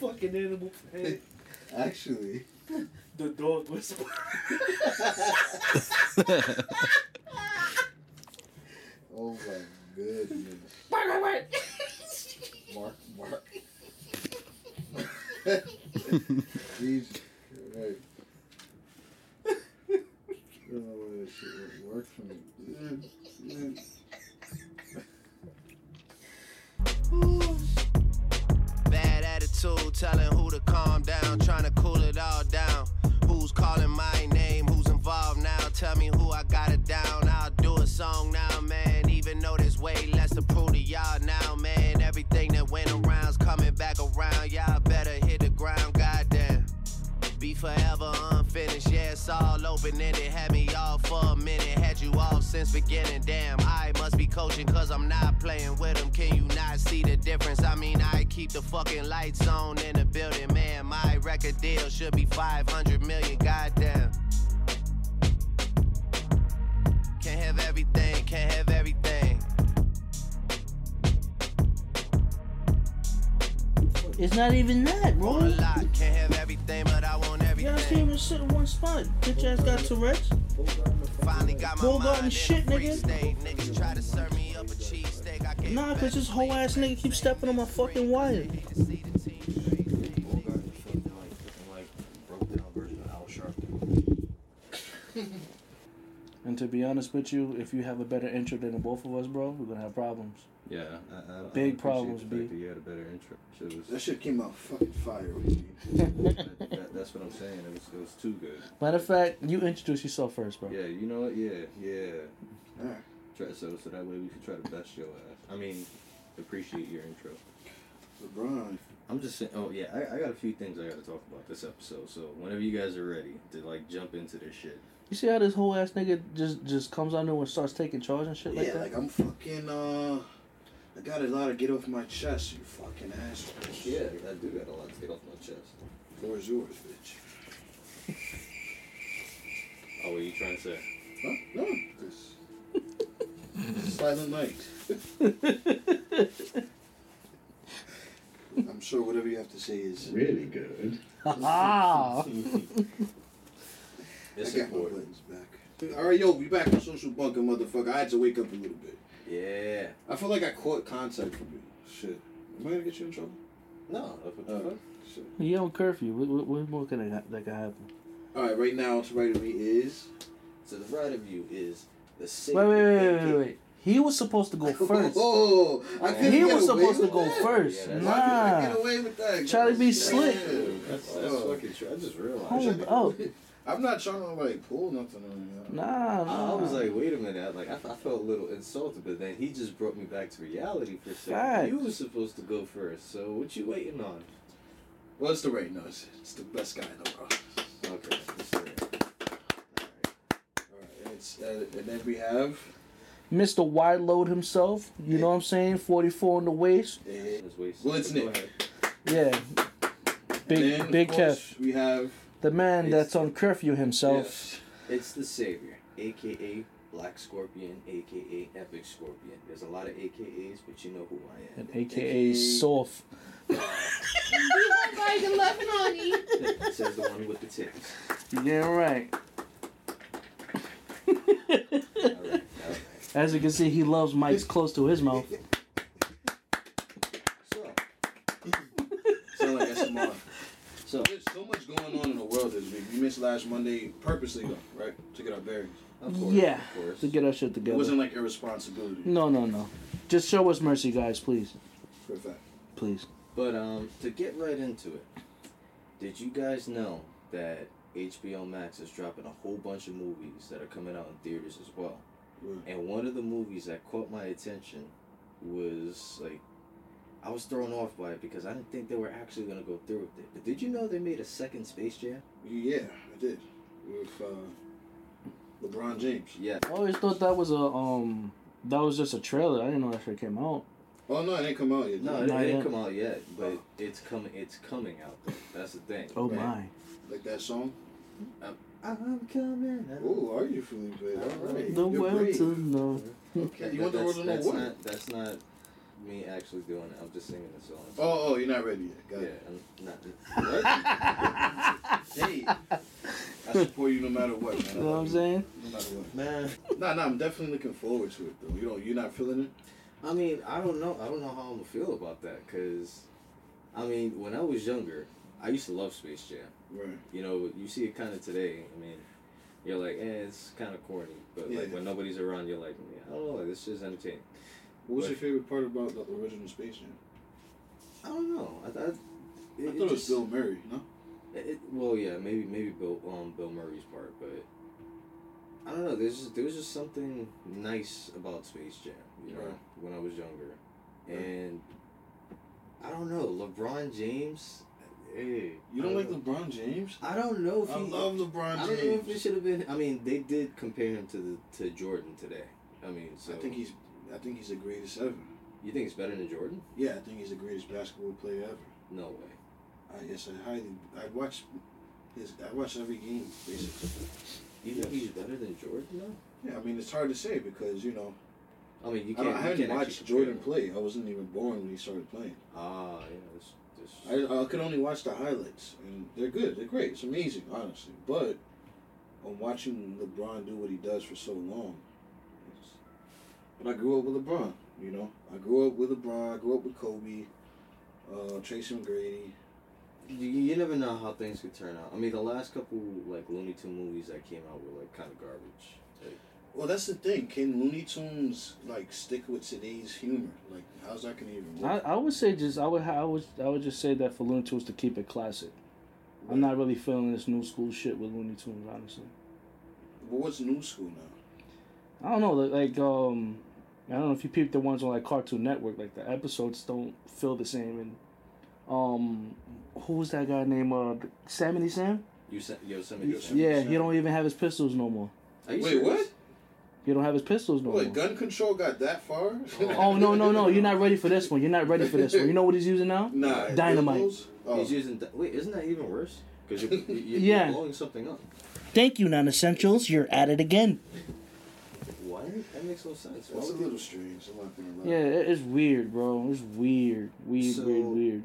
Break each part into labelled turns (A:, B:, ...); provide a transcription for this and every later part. A: Fucking animal planet.
B: Actually,
A: The dog whisperer.
B: oh my goodness, Mark, Mark. Jesus Christ. I don't know why this shit won't work for me.
C: Bad attitude, telling who to calm down, trying to cool it all down. Who's calling my name? Who's involved now? Tell me who I got it down. I'll do a song now, man. Even though there's way less to prove to y'all now, man. Everything that went around's coming back around. Y'all better hit the ground, goddamn. Be forever unfinished, yeah, it's all open ended. Had me off for a minute, had you off since beginning. Damn, I must be coaching, cause I'm not playing with them. Can you not see the difference? I mean, I keep the fucking lights on in the building, man. My record deal should be 500 million, goddamn. Can't have everything, can't have everything.
D: It's not even that,
C: Want a
D: bro.
C: lot, can't have everything, but I want
D: Y'all
C: everything.
D: can't even sit in one spot. Bitch ass got Tourette's.
C: Finally got my
D: Bull Garden
C: mind in
D: shit,
C: a free
D: nigga.
C: state. Niggas try to serve me up a cheesesteak. I gave
D: Nah,
C: back
D: cause this
C: the
D: whole
C: plate.
D: ass nigga keeps stepping on my fucking wire.
C: See the team crazy.
E: Bull Garden fucking like fucking like broke down version of Al Sharpton.
D: And to be honest with you, if you have a better intro than the both of us, bro, we're gonna have problems.
E: Yeah, I, I, I
D: Big
E: appreciate
D: problems,
E: the
D: B.
E: fact that You had a better intro. Shit was-
B: That shit came out fucking fire with me.
E: that- that- that's what I'm saying. It was, it was too good.
D: Matter of fact, you introduce yourself first, bro.
E: Yeah, you know what? Yeah, yeah.
B: Alright.
E: Try, so so that way we can try to best your ass. I mean, appreciate your intro.
B: LeBron.
E: I'm just saying. Oh yeah, I, I got a few things I got to talk about this episode. So whenever you guys are ready to like jump into this shit,
D: You see how this whole ass nigga just just comes on there and starts taking charge and shit like
B: yeah,
D: that?
B: like I'm fucking uh I got a lot to get off my chest, you fucking ass.
E: yeah, I do got a lot to get off my chest.
B: Floor is yours, bitch.
E: Oh, what are you trying to say?
B: Huh? No. This silent night. I'm sure whatever you have to say is
E: Really good.
D: ah!
E: It's
B: I got my
E: important.
B: buttons back. Alright yo, we back on social bunker motherfucker. I had to wake up a little bit.
E: Yeah.
B: I feel like I caught contact from you. Shit. Am I gonna get you in trouble?
E: No. What the
B: Uh,
E: fuck?
B: Shit.
D: You on curfew? What, what, what more can that, that can happen?
B: Alright, right now to right of me is
E: To the right of you is the city.
D: Wait, wait, wait, wait, wait, wait. He was supposed to go first.
B: Oh, I couldn't
D: He
B: get
D: was
B: away
D: supposed to
B: with
D: go
B: that.
D: first.
E: Yeah, that's-
B: Why couldn't I
D: nah.
B: get away with that?
D: Try to be
B: Yeah.
D: slick.
E: That's, that's
B: Oh.
E: fucking true. I just realized.
D: Hold up.
B: I'm not trying to like pull nothing on you.
D: Nah,
E: I
D: nah.
E: was like, wait a minute. I, like, I, I felt a little insulted, but then he just brought me back to reality for a second.
D: Facts.
E: You were supposed to go first, so what you waiting on?
B: Well, it's the right nose. It's the best guy in the world.
E: Okay, that's all right.
B: All right, it's, uh, and then we have
D: Mr. Wide Load himself. You know what I'm saying? 44 on the waist.
B: uh,
E: That's waste.
B: Well, it's
E: Go
B: Nick.
E: ahead.
D: Yeah. Big
B: and then, of
D: Big
B: course,
D: Kev.
B: We have
D: The man
E: It's-
D: that's on curfew himself.
B: yes.
E: It's the savior, aka Black Scorpion, aka Epic Scorpion. There's a lot of AKAs, but you know who I am.
D: And AKA Soft.
E: Says the one with the tits.
D: Yeah, right.
E: All right, all right.
D: As you can see, he loves mics close to his mouth.
E: So,
B: sound like SMR.
E: so
B: There's so much going on in the world this week. We missed last Monday purposely though, right? To get our bearings.
E: of course,
D: yeah.
E: of course.
D: To get our shit
B: It
D: together.
B: wasn't like irresponsibility.
D: No, no, no. Just show us mercy, guys, please.
B: For a fact.
D: Please.
E: But um, to get right into it, did you guys know that HBO Max is dropping a whole bunch of movies that are coming out in theaters as well?
B: Word.
E: And one of the movies that caught my attention was like, I was thrown off by it because I didn't think they were actually gonna go through with it. But did you know they made a second Space Jam?
B: Yeah, I did. With uh, LeBron James.
E: Yeah.
D: I always thought that was a um that was just a trailer. I didn't know that shit came out.
B: Oh no, it didn't come out yet.
E: No,
B: No,
E: it,
D: Not
E: it didn't
D: yet.
E: come out yet, but it's coming. It's coming out. Though. That's the thing.
D: Oh
E: right?
B: like that song.
E: I'm coming. out.
B: Oh, are you feeling good? All right.
D: my. The
B: You're
D: world
B: brave.
D: to know.
B: Okay, you
E: That-
B: want the
E: that's-
B: world to know
E: that's
B: what?
E: Not, that's not me actually doing it. I'm just singing the song.
B: Oh, oh, you're not ready yet. Got
E: yeah,
B: it.
E: I'm not.
B: Hey, I support you no matter what, man.
D: You know what I'm saying?
B: No matter what.
E: Man,
B: Nah, nah, I'm definitely looking forward to it though. You don't, you're not feeling it.
E: I mean, I don't know. I don't know how I'm gonna feel about that because, I mean, when I was younger, I used to love Space Jam.
B: Right.
E: You know, you see it kind of today. I mean, you're like, eh, it's kind of corny. But like
B: Yeah.
E: when nobody's around, you're like, I don't know, like, this is entertaining.
B: What was
E: Right.
B: your favorite part about the original Space Jam?
E: I don't know. I, I,
B: I
E: it,
B: thought it was
E: just-
B: Bill Murray. No.
E: It, it- well, yeah, maybe maybe Bill um Bill Murray's part, but I don't know. There's just, there was just something nice about Space Jam, you know,
B: Right.
E: when I was younger,
B: Right.
E: and I don't know LeBron James. Hey,
B: You don't
E: I
B: like
E: know.
B: LeBron James?
E: I don't know if
B: I
E: he.
B: love LeBron
E: I
B: James.
E: don't know if it should have been. I mean, they did compare him to the to Jordan today. I mean, so
B: I think he's, I think he's the greatest ever.
E: You think it's better than Jordan?
B: Yeah, I think he's the greatest basketball player ever.
E: No way.
B: I yes, I highly. I watch his. I watch every game basically.
E: You think
B: Yes.
E: he's better than Jordan? No.
B: Yeah, I mean it's hard to say because you know
E: I mean, you
B: I,
E: can't.
B: don't, I
E: you
B: haven't
E: can't actually
B: watched
E: compare
B: Jordan
E: them.
B: play. I wasn't even born when he started playing.
E: Ah, yeah. This, this,
B: I, I could only watch the highlights, and they're good. They're great. It's amazing, honestly. But I'm watching LeBron do what he does for so long. It's, but I grew up with LeBron. You know, I grew up with LeBron. I grew up with Kobe, uh, Tracy McGrady.
E: You, you never know how things could turn out. I mean, the last couple like Looney Tune movies that came out were like kind of garbage. Like,
B: Well, that's the thing. Can Looney Tunes like stick with today's humor? Like, how's that gonna even
D: I,
B: work?
D: I would say just I would I would I would just say that for Looney Tunes to keep it classic. I'm not really feeling this new school shit with Looney Tunes, honestly.
B: But what's new school now?
D: I don't know, like like, um, I don't know if you peeped the ones on like Cartoon Network, like the episodes don't feel the same. And um, who was that guy named uh, Sammy Sam?
E: you sent Yosemite.
B: You-
E: Sam.
D: Yeah,
B: Sam.
D: he don't even have his pistols no more.
E: Are you
B: Wait,
E: serious?
B: what?
D: He don't have his pistols no
B: Wait,
D: more.
B: gun control got that far?
D: Oh no no no! You're not ready for this one. You're not ready for this one. You know what he's using now?
B: Nah,
D: Dynamite.
B: dildos? Oh.
E: He's using. Di- Wait, isn't that even worse? Because you're, you- you're
D: Yeah.
E: blowing something up.
D: Thank you, non-essentials. You're at it again.
E: Why? That makes no sense. Why
B: That's a
E: would you-
B: little strange. I'm not gonna lie.
D: Yeah, it- it's weird, bro. It's weird, weird,
E: So-
D: weird, weird.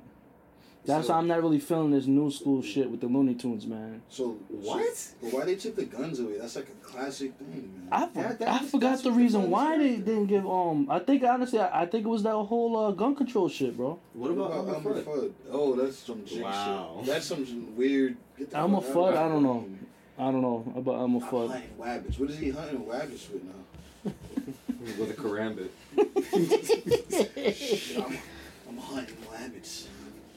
D: That's
E: so-
D: why I'm not really feeling this new school shit with the Looney Tunes, man.
B: So
E: What?
B: But why they took the guns away? That's like a classic thing, man.
D: I, for-
E: That- that
D: I
E: was-
D: forgot
E: that's
D: the
E: what the
D: reason
E: Looney
D: why
E: Tunes
D: they
E: did.
D: didn't give um. I think honestly, I, I think it was that whole uh, gun control shit, bro.
E: What about Elmer Fudd?
B: Oh, that's some jig
E: Wow.
B: shit. That's some weird. Get the
D: Elmer
B: fuck out
D: Fudd,
B: of
D: I don't
B: here.
D: know. I don't know about Elmer
B: I'm
D: Fudd.
B: playing wabbits. What is he hunting wabbits with now?
E: With a karambit.
B: I'm, I'm hunting wabbits.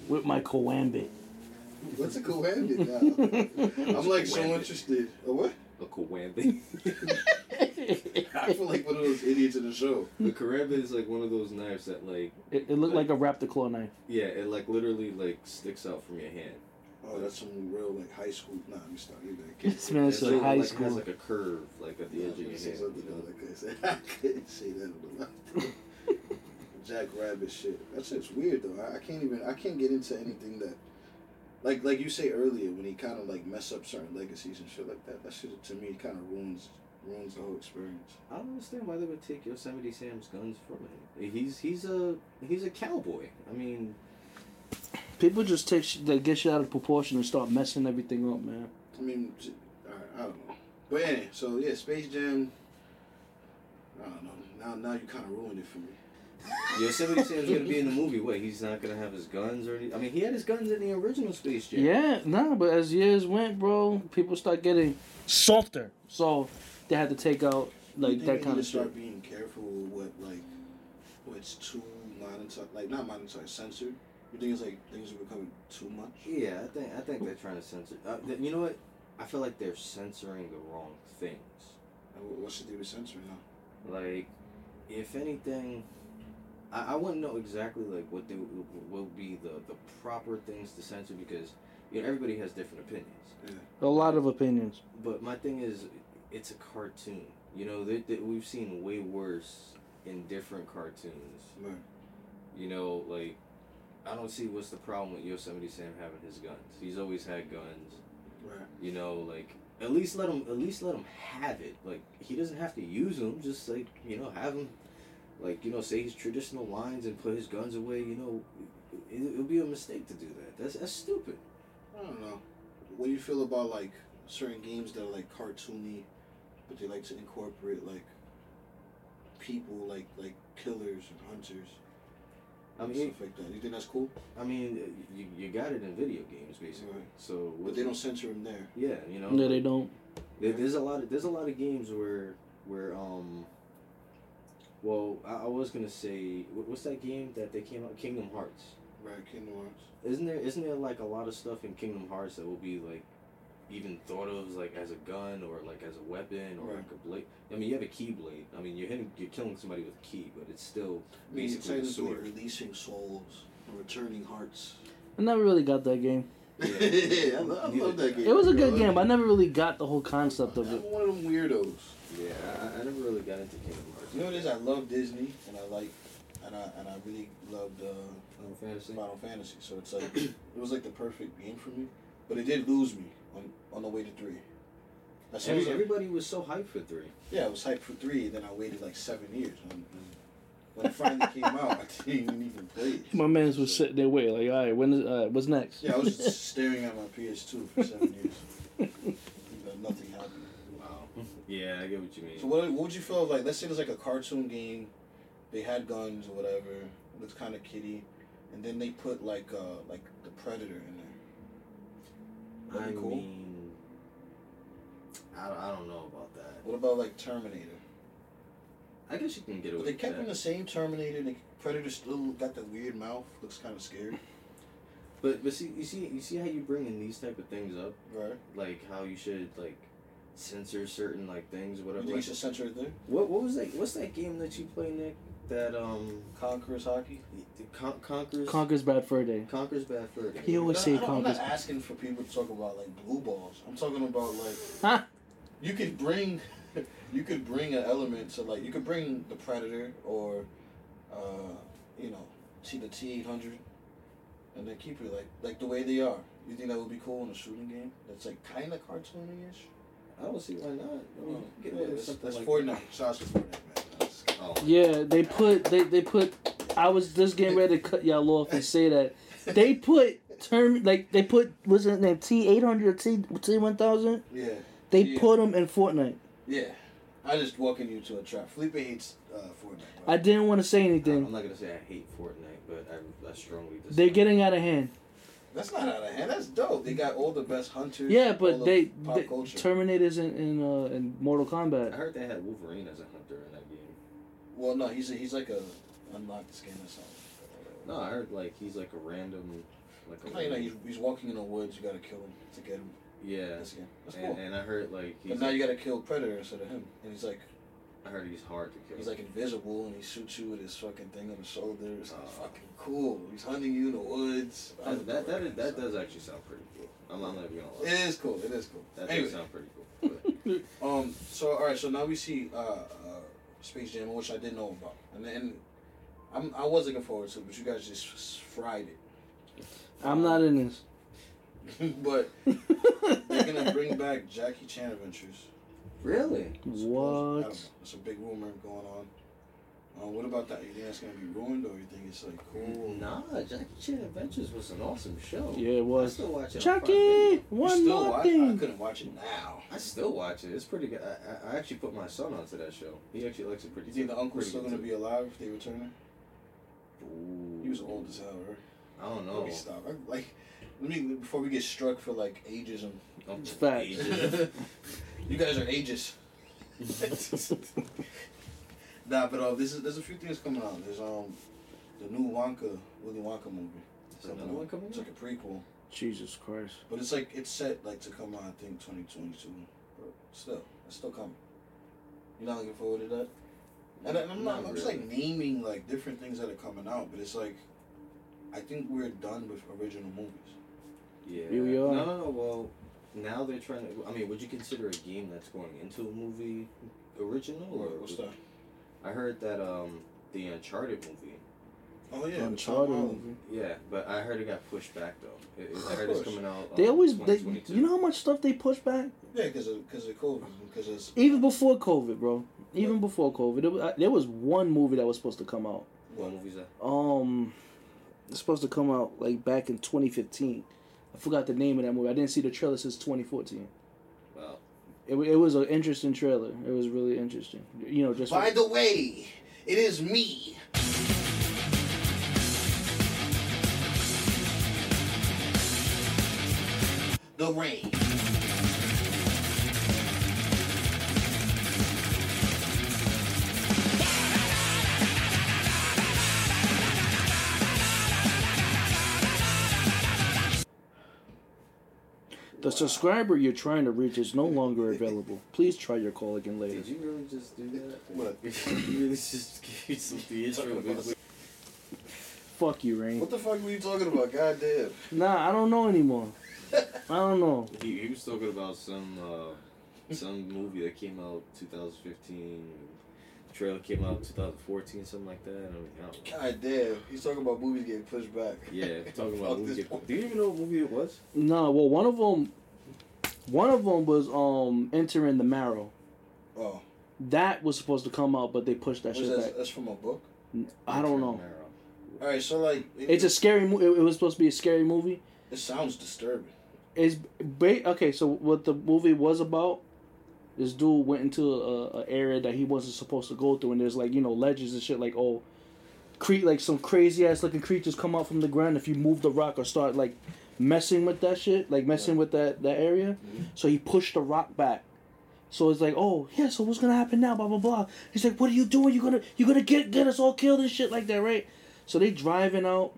D: With my coambit.
B: What's a coambit now? I'm like so
E: Coambit.
B: interested. A what?
E: A karambit.
D: it,
B: I feel like one of those idiots in the show.
E: the karambit is like one of those knives that like
D: it looked like a raptor claw knife.
E: yeah, it like literally like sticks out from your hand.
B: Oh, that's some real like high school. Nah, let me stop. You back.
D: This man
E: It's
D: said
E: like-
D: high
E: like, It
D: school.
E: has like a curve like at the
B: Yeah,
E: edge of your
B: I was gonna say
E: hand.
B: something
E: you know?
B: else. I couldn't say- I couldn't say that on the line. Jack Rabbit shit. That shit's weird though. I, I can't even. I can't get into anything that, like, like you say earlier, when he kind of like mess up certain legacies and shit like that. That shit to me kind of ruins ruins the whole experience.
E: I don't understand why they would take Yosemite Sam's guns from him. He's he's a he's a cowboy. I mean,
D: People just take sh- they get shit out of proportion and start messing everything up, man.
B: I mean, j- all right, I don't know. But anyway, so yeah, Space Jam. I don't know. Now, now you kind of ruined it for me.
E: Yosemite Sam's gonna be in the movie. What? He's not gonna have his guns or any. I mean, he had his guns in the original Space Jam.
D: Yeah, nah, but as years went, bro, people start getting softer. So they had to take out
B: You
D: like
B: think
D: that
B: we
D: kind
B: need
D: of
B: to
D: shit.
B: start being careful with what like what's too monetized like not monetized censored you think it's like things are becoming too much
E: Yeah, I think I think they're trying to censor. Uh, th- you know what? I feel like they're censoring the wrong things.
B: Like, what, what should they be censoring now
E: Like, if anything, I, I wouldn't know exactly like what they w- w- will be the the proper things to censor because you know everybody has different opinions.
D: A lot of opinions.
E: But my thing is, it's a cartoon. You know, they, they, we've seen way worse in different cartoons.
B: Right.
E: You know, like I don't see what's the problem with Yosemite Sam having his guns. He's always had guns.
B: right
E: You know, like At least let him. At least let him have it. Like he doesn't have to use them. Just like you know, have him. Like you know, say his traditional lines and put his guns away. You know, it, it'll be a mistake to do that. That's that's stupid.
B: I don't know. What do you feel about like certain games that are like cartoony, but they like to incorporate like people like like killers and hunters
E: I
B: and
E: mean,
B: stuff like that? You think that's cool?
E: I mean, you, you got it in video games basically.
B: Right.
E: So
B: But they don't censor them there.
E: Yeah, you
B: Oh.
E: know.
D: No, they don't.
E: There, there's a lot of there's a lot of games where where um. Well, I, I was gonna say wh- what's that game that they came out Kingdom Hearts.
B: Right, Kingdom Hearts.
E: Isn't there isn't there like a lot of stuff in Kingdom Hearts that will be like even thought of as, like as a gun or like as a weapon or
B: Right.
E: like a blade. I mean, you have a keyblade. I mean, you're hitting you're killing somebody with a key, but it's still
B: I mean, it's
E: basically a
B: technically
E: sword.
B: releasing souls, and returning hearts.
D: I never really got that game.
E: Yeah.
B: I lo- I love that game.
D: It was a
B: bro.
D: good game. I never really got the whole concept of
B: I'm
D: it.
B: one of them weirdos.
E: Yeah, I, I never really got into Kingdom Hearts.
B: You know what it is? I love Disney, and I like, and I and I really loved uh,
E: Final Um, Fantasy.
B: Final Fantasy. So it's like it was like the perfect game for me, but it did lose me on on the way to three. As soon as
E: Every,
B: I-
E: everybody was so hyped for three.
B: yeah, I was hyped for three, then I waited like seven years. And, and when it finally came out, I didn't even play it.
D: My man's was sitting there waiting, like, all right, when is, uh, what's next?
B: Yeah, I was just staring at my PS2 for seven years. But nothing happened. Wow.
E: Yeah, I get what you mean.
B: So what, what would you feel if, like, let's say there's like a cartoon game, they had guns or whatever, it looks kind of kitty, and then they put like uh like the predator in there.
E: I
B: That'd be cool.
E: mean, I, I don't know about that.
B: What about like Terminator?
E: I guess you can get away.
B: But they
E: with
B: kept
E: that.
B: in the same Terminator. The predator still got that weird mouth, looks kind of scary.
E: But but see you see you see how you bring in these type of things up,
B: Right.
E: like how you should like censor certain like things,
B: You
E: whatever.
B: think you
E: Like,
B: should censor it there?
E: what what was that? What's that game that you play, Nick? That um,
B: Conquerors hockey.
E: con- conquers
D: Conquer's Bad Fur Day.
E: conquers bad further.
D: He always say
B: I don't- I'm not
D: Conquer's.
B: asking for people to talk about like blue balls. I'm talking about like
D: Huh?
B: you could bring you could bring an element to like you could bring the predator or uh you know see the t800 and then keep it like like the way they are you think that would be cool in a shooting game that's like kind of cartoony-ish
E: I don't see why not. I mean, you can get away
B: Oh, Yeah, that's,
E: with Hmm. something
B: that's
E: like
B: fortnite shots of fortnite man That's-
E: Oh.
D: Yeah, they put, they, they put, I was just getting ready to cut y'all off and say that. They put term, like, they put, what's his name, T800 or T, T1000?
B: yeah
D: They
B: Yeah.
D: put him in Fortnite.
B: yeah i just walking you to a trap felipe hates uh fortnite bro.
D: I didn't want to say
E: I- I'm
D: anything.
E: not gonna say I hate Fortnite, but I, I strongly dislike.
D: They're getting out of hand.
B: that's not out of hand that's dope they got all the best hunters
D: Yeah,
B: all
D: but
B: the
D: they,
B: pop
D: they
B: culture
D: Terminators in in, uh, in Mortal
E: I
D: Kombat.
E: heard they had Wolverine as a hunter in that game.
B: well no he's a, he's like a unlocked skin or something
E: No, I heard like he's like a random, like a
B: No, Oh, you know,
E: random-
B: he's, he's walking in the woods. You gotta kill him to get him.
E: yeah.
B: That's, good. That's
E: And,
B: cool.
E: and I heard like he's
B: But now
E: like-
B: you gotta kill Predator instead of him. And he's like,
E: I heard he's hard to kill.
B: he's like invisible, and he shoots you with his fucking thing on his shoulder. It's like,
E: Oh.
B: fucking cool. He's hunting you in the woods. I
E: that
B: don't
E: that,
B: know,
E: that,
B: man.
E: is, that
B: So-
E: does actually sound pretty cool. I'm, I'm not even gonna lie.
B: It is cool. It is cool.
E: That
B: anyway,
E: does sound pretty cool. But
B: um, so all right, so now we see uh, uh Space Jam, which I didn't know about, and then I'm I was looking forward to, it, but you guys just s- fried
D: I'm not
B: uh,
D: in this.
B: it. but they're gonna bring back Jackie Chan Adventures.
E: really?
B: Suppose- I don't know.
D: what?
B: It's a big rumor going on. Uh, what about that? You think that's gonna be ruined, or you think it's like cool?
E: Nah, Jackie Chan Adventures was an awesome show.
D: Yeah, it
E: I
D: was.
E: still watch it. on Prime
D: Chucky,
E: Video.
B: You
D: one
B: still
D: more
B: watch- I
D: thing.
B: couldn't watch it now.
E: I still watch it. It's pretty good. I, I, I actually put my son onto that show. He actually likes it pretty.
B: You think the
E: pretty
B: uncle's still
E: good
B: gonna
E: too.
B: be alive if they return him?
E: Ooh.
B: He was old as hell, right?
E: I don't
B: Let
E: know.
B: me stop. I- like, let me before we get struck for like ageism.
E: I'm
D: It's facts.
E: ages.
B: you guys are ages. nah, but uh, this is there's a few things coming out. There's um the new Wonka Willy Wonka movie.
E: Is another one coming
B: It's
E: up?
B: like a prequel,
D: Jesus Christ.
B: but it's like it's set like to come out I think 2022. But still, it's still coming. You're not looking forward to that. And I- I'm not. I'm just like naming like different things that are coming out, but it's like, I think we're done with original movies.
E: Yeah.
D: Here we are.
E: No, no, no. Well, now they're trying to. I mean, would you consider a game that's going into a movie original? Or
B: What's that?
E: I heard that um the Uncharted movie
B: Oh yeah, the Tom
D: Uncharted
B: Holland.
D: movie.
E: Yeah, but I heard it got pushed back though. It, it, I
B: Of
E: heard it's
B: course.
E: coming out. Um,
D: They always, they,
E: 2022.
D: you know how much stuff they push back?
B: Yeah, because of because of COVID, because it's
D: Even before COVID, bro. Even before COVID, there was, uh, there was one movie that was supposed to come out.
E: what movie's that?
D: Um, it's supposed to come out like back in 2015. I forgot the name of that movie. I didn't see the trailer since 2014.
E: Wow.
D: It, wa- it was an interesting trailer. It was really interesting. You know, just
B: By the way, it is me. The rain.
D: the subscriber you're trying to reach is no longer available. Please try your call again later.
E: Did you really just do that?
B: What?
E: you really just gave me some the intro. bitch.
D: Fuck you, Rain.
B: What the fuck were you talking about? God damn.
D: Nah, I don't know anymore. I don't know.
E: He, he was talking about some uh, some movie that came out 2015. The trailer came out 2014, something like that. I mean, I don't know.
B: God damn. He's talking about movies getting pushed back.
E: Yeah, talking
B: Fuck
E: about movie.
B: this-
E: Do you even know what movie it was?
D: Nah, well, one of them, one of them was um entering the marrow.
B: Oh,
D: That was supposed to come out, but they pushed that
B: was
D: shit back.
B: that, that's from a book.
D: I don't know.
E: Marrow.
B: All right, so like, it,
D: It's a scary movie. It it was supposed to be a scary movie.
B: it sounds disturbing.
D: It's ba- okay. So what the movie was about? This dude went into a, a area that he wasn't supposed to go through, and there's like you know legends and shit like oh, cre- like some crazy ass looking creatures come out from the ground if you move the rock or start like messing with that shit, like messing with that that area. So he pushed the rock back. So it's like, oh yeah, so what's gonna happen now? Blah blah blah. He's like, what are you doing? You're gonna you're gonna get get us all killed and shit like that, right? So they driving out,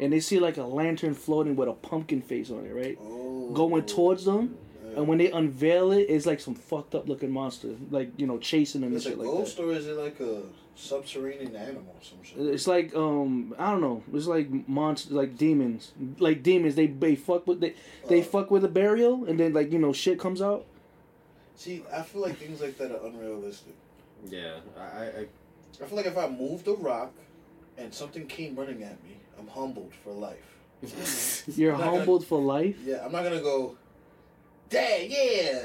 D: and they see like a lantern floating with a pumpkin face on it, right?
B: Oh.
D: Going towards them,
B: Yeah.
D: and when they unveil it, it's like some fucked up looking monster, like you know chasing them and
B: It's a
D: shit like
B: ghost,
D: that.
B: or is it like a subterranean animal or some shit?
D: It's like um I don't know. It's like monsters, like demons, like demons. They they fuck with they they
B: Oh.
D: fuck with a burial, and then like you know shit comes out.
B: See, I feel like things like that are unrealistic.
E: Yeah, I, I, I
B: I feel like if I moved a rock and something came running at me, I'm humbled for life.
D: You're
B: Not gonna-
D: humbled for life.
B: Yeah, I'm not gonna go, Dad, yeah,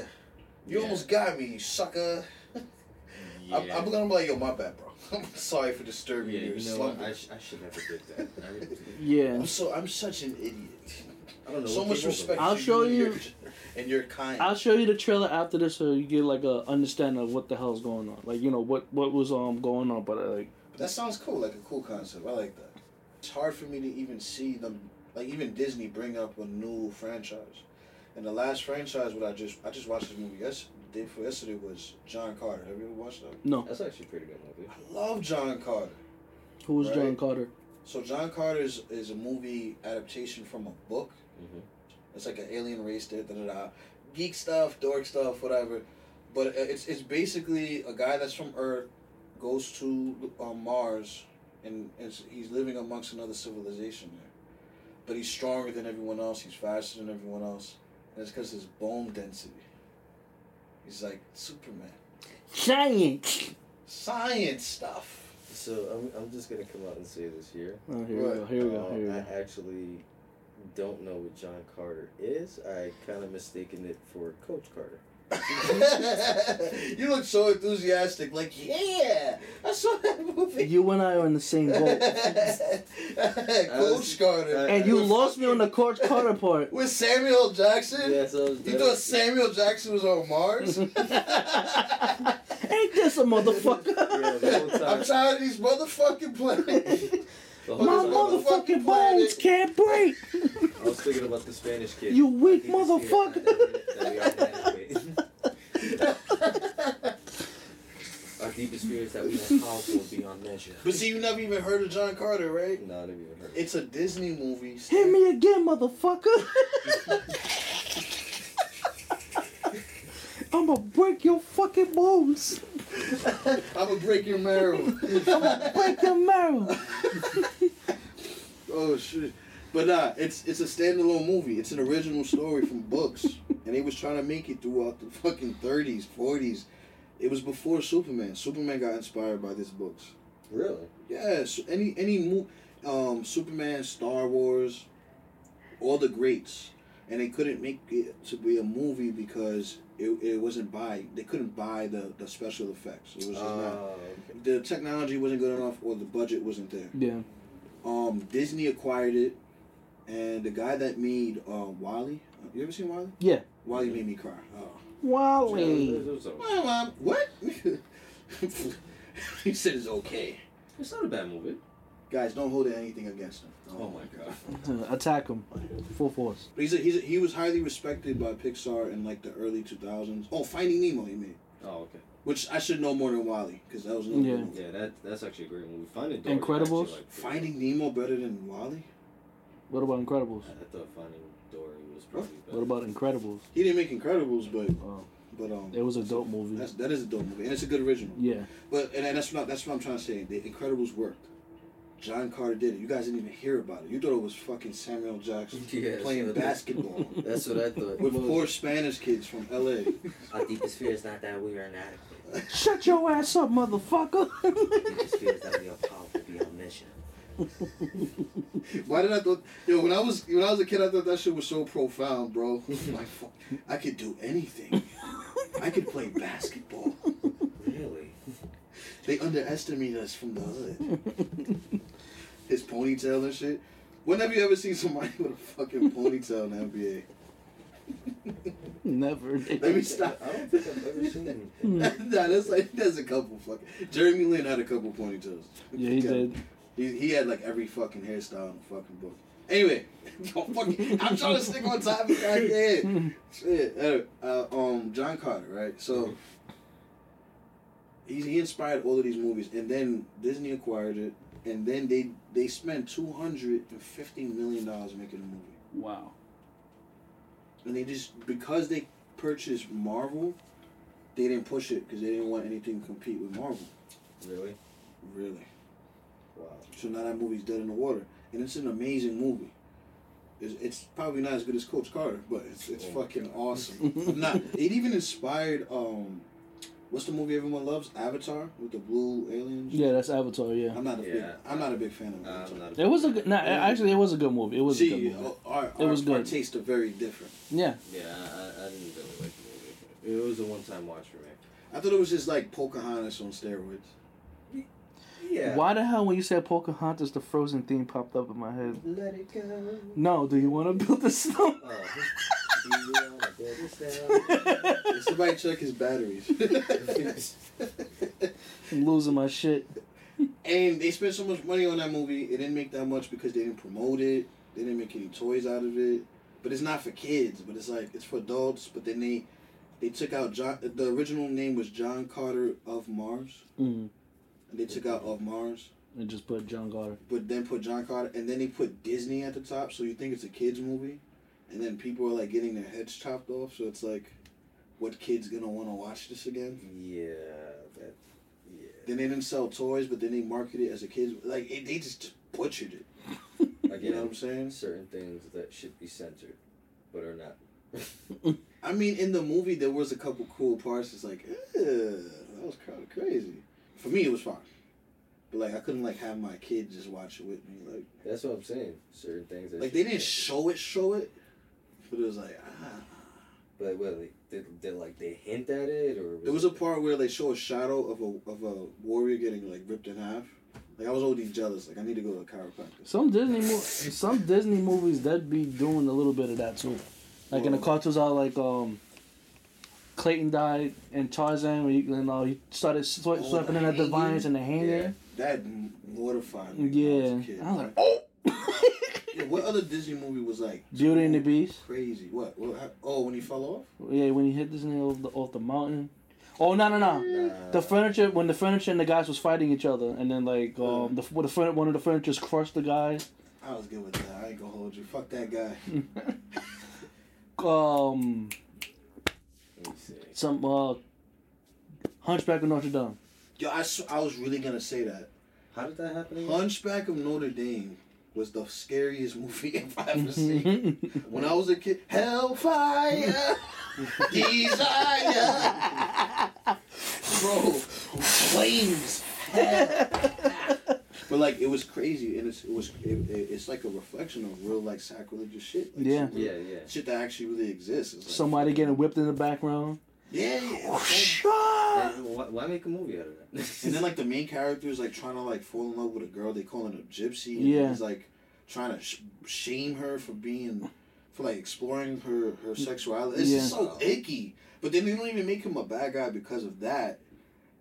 B: you
E: Yeah.
B: almost got me, you sucker.
E: yeah.
B: I'm, I'm gonna be like, yo, my bad, bro. I'm sorry for disturbing
E: yeah,
B: you.
E: you know what?
B: slumber.
E: I, sh- I should never did that. I, really-
D: Yeah.
B: I'm so I'm such an idiot.
E: I don't know.
B: So
E: what
B: much
E: came over.
B: respect.
D: I'll
B: to
D: show
B: and
D: you-
B: your- and your kind.
D: I'll show you the trailer after this, so you get like a understanding of what the hell's going on. Like you know what what was um going on, but uh, like
B: That sounds cool, like a cool concept. I like that. It's hard for me to even see them, like even Disney bring up a new franchise. And the last franchise, what I just I just watched this movie yes the day before yesterday was John Carter. Have you ever watched that?
D: no,
E: That's actually a pretty good movie.
B: I love John Carter.
D: who was John
B: Right.
D: Carter?
B: So John Carter is, is a movie adaptation from a book.
E: Mhm.
B: It's like an alien race, da da da da, geek stuff, dork stuff, whatever. But i- it's it's basically a guy that's from Earth goes to um, Mars, and it's, he's living amongst another civilization there. But he's stronger than everyone else. He's faster than everyone else, and it's because his bone density. He's like Superman.
D: Giant.
B: Science stuff.
E: So I'm, I'm just gonna come out and say this here.
D: Oh, here we go. Here we go.
E: Uh,
D: Here we
E: I
B: Oh,
D: go.
E: actually don't know what John Carter is. I kind of mistaken it for Coach Carter.
B: you look so enthusiastic, like yeah, I saw that movie.
D: You and I are in the same boat,
B: Coach Carter.
E: Uh,
D: and you
B: With
D: lost me on the
B: fucking-
D: Coach Carter part.
B: with Samuel Jackson.
E: Yeah, so
B: You thought Samuel Jackson was on Mars?
D: Ain't this a motherfucker?
E: Yeah, the whole time.
B: I'm tired of these motherfucking planets.
E: the
D: My
E: whole time
B: motherfucking
D: motherfucking bones
B: planet.
D: can't break.
E: I was thinking about the Spanish kid.
D: You weak
E: I think it's here. That we all have it. Our deepest fears that we have powerful beyond measure.
B: but see, you never even heard of John Carter, right?
E: No, I didn't even heard.
B: It's a Disney movie.
D: Hit me again, motherfucker. I'ma break your fucking bones.
B: I'm gonna break your marrow.
D: Break your marrow.
B: Oh shit. But nah, it's it's a standalone movie. It's an original story from books, and they was trying to make it throughout the fucking thirties, forties. It was before Superman. Superman got inspired by these books.
E: Really?
B: Yes, any any mo- um, Superman, Star Wars, all the greats, and they couldn't make it to be a movie because it, it wasn't by they couldn't buy the, the special effects. It was
E: Uh,
B: just not the technology wasn't good enough or the budget wasn't there.
D: Yeah.
B: Um, Disney acquired it, and the guy that made uh, Wally, you ever seen Wally?
D: Yeah.
B: Wally made me cry. Oh.
D: Wally.
B: Well, um, what? he said it's okay.
E: It's not a bad movie.
B: Guys, don't hold anything against him.
E: Oh my god.
D: Attack him. Full force.
B: But he's a, he's a, he was highly respected by Pixar in like the early 2000s. Oh, Finding Nemo, he made.
E: Oh okay.
B: Which I should know more than Wally, because that was another
D: Yeah.
B: good movie.
E: Yeah, that that's actually a great movie. Finding Dory.
D: Incredibles?
E: actually, like,
B: Finding Nemo better than Wally?
D: What about Incredibles?
E: I thought Finding Dory was probably better.
D: What about Incredibles?
B: He didn't make Incredibles, but
D: Oh,
B: but um,
D: it was a dope movie.
B: that's that is a dope movie, and it's a good original.
D: Yeah.
B: But and that's not that's what I'm trying to say. The Incredibles worked. John Carter did it. You guys didn't even hear about it. You thought it was fucking Samuel Jackson
E: Yeah,
B: playing
E: that's-
B: basketball
E: That's what I thought.
B: with four Spanish kids from L.A.
F: Our deepest fear is not that we are inadequate.
D: Shut your ass up, motherfucker.
F: Our deepest fear is that we are powerful beyond measure.
B: Why did I thought? Yo, when I was when I was a kid, I thought that shit was so profound, bro. like, fuck, I could do anything. I could play basketball.
F: Really?
B: They underestimated us from the hood. His ponytail and shit. When have you ever seen somebody with a fucking ponytail in the NBA?
D: Never.
B: Let me stop.
E: I don't think I've ever seen.
B: nah, that's like that's a couple fucking. Jeremy Lin had a couple ponytails.
D: Yeah, he did.
B: He, he had like every fucking hairstyle in the fucking book. Anyway, yo, fucking, I'm trying to stick on topic. I can't. Shit. anyway, Uh, um, John Carter, right? So he, he inspired all of these movies, and then Disney acquired it, and then they they spent two hundred and fifty million dollars making a movie,
D: Wow.
B: and they just because they purchased Marvel, they didn't push it because they didn't want anything to compete with Marvel.
E: Really?
B: Really.
E: Wow.
B: So now that movie's dead in the water, and it's an amazing movie. It's, it's probably not as good as Coach Carter, but it's it's
E: Oh.
B: fucking awesome. not it even inspired um, what's the movie everyone loves? Avatar with the blue aliens.
D: Yeah, that's Avatar. Yeah.
B: I'm not a big
E: Yeah.
B: I'm not a big fan of
E: I'm
B: Avatar.
E: not.
D: It was a good. Nah, actually, it was a good movie. It was a good
B: See, uh,
D: movie.
B: our,
D: It
B: our,
D: was
B: our
D: good.
B: tastes are very different.
D: Yeah.
E: Yeah, I, I- I didn't really like the movie. It was a one-time watch for me.
B: I thought it was just like Pocahontas on steroids.
E: Yeah.
D: Why the hell when you said Pocahontas, the Frozen theme popped up in my head?
E: Let it go.
D: No, do you want to build a snow?
E: Oh. Do you wanna build this down?
B: Somebody check his batteries.
D: I'm losing my shit.
B: And they spent so much money on that movie. It didn't make that much because they didn't promote it. They didn't make any toys out of it. But it's not for kids. But it's like it's for adults. But then they they took out John. The original name was John Carter of Mars,
D: Mm.
B: and they took out of Mars.
D: And just put John Carter.
B: But then put John Carter, and then they put Disney at the top. So you think it's a kids movie, and then people are like getting their heads chopped off. So it's like, what kid's gonna want to watch this again?
E: Yeah. That. Yeah.
B: Then they didn't sell toys, but then they marketed it as a kids. Like it, they just butchered it. You know what
E: Again,
B: I'm saying?
E: certain things that should be censored, but are not.
B: I mean, in the movie, there was a couple cool parts. It's like, "Ugh, that was kind of crazy. For me, it was fine, but like I couldn't like have my kid just watch it with me. Like,
E: That's what I'm saying. Certain things. That
B: like
E: should
B: they
E: be
B: didn't
E: censored.
B: show it, show it, but it was like, ah.
E: But well, they did, did like they hint at it or
B: There was a part where they show a shadow of a of a warrior getting like ripped in half. Like I was already jealous. Like I need to go to a chiropractor.
D: Some Disney, mo- some Disney movies that be doing a little bit of that too. Like in the cartoons, out like um, Clayton died and Tarzan when he, you know, he started sw-
B: Oh,
D: slapping
B: the
D: in at the
B: hanging?
D: vines and the
E: Yeah.
D: hanging.
B: That m- mortified me. when I
D: Yeah,
B: was a kid.
D: I was like, oh,
B: Yeah, what other Disney movie was like
D: Beauty and the Beast.
B: crazy? What? what? how- Oh, when he fell off.
D: Yeah, when he hit this nigga off the, off the mountain. Oh no no no!
E: Nah.
D: The furniture when the furniture and the guys was fighting each other, and then like um the well, the furn- one of the furnitures crushed the guy.
B: I was good with that. I ain't gonna hold you. Fuck that guy.
D: Um,
E: Let me see.
D: some uh, Hunchback of Notre Dame.
B: Yo, I, sw- I was really gonna say that.
E: How did that happen? again?
B: Hunchback of Notre Dame was the scariest movie I've ever
D: Mm-hmm.
B: seen. when I was a kid, Hellfire, Desire, bro, flames But like it was crazy, and it's it was it, it- it's like a reflection of real like sacrilegious shit. Like,
D: Yeah.
B: some real
E: Yeah, yeah.
B: Shit that actually really exists. It's like,
D: Somebody Oh, getting whipped in the background.
B: Yeah. yeah.
E: And why, why make a movie out of that?
B: And then like the main character is like trying to like fall in love with a girl. They calling her gypsy. And
D: Yeah.
B: He's like trying to sh- shame her for being for like exploring her her sexuality. It's just
D: Yeah.
B: so icky. But then they don't even make him a bad guy because of that.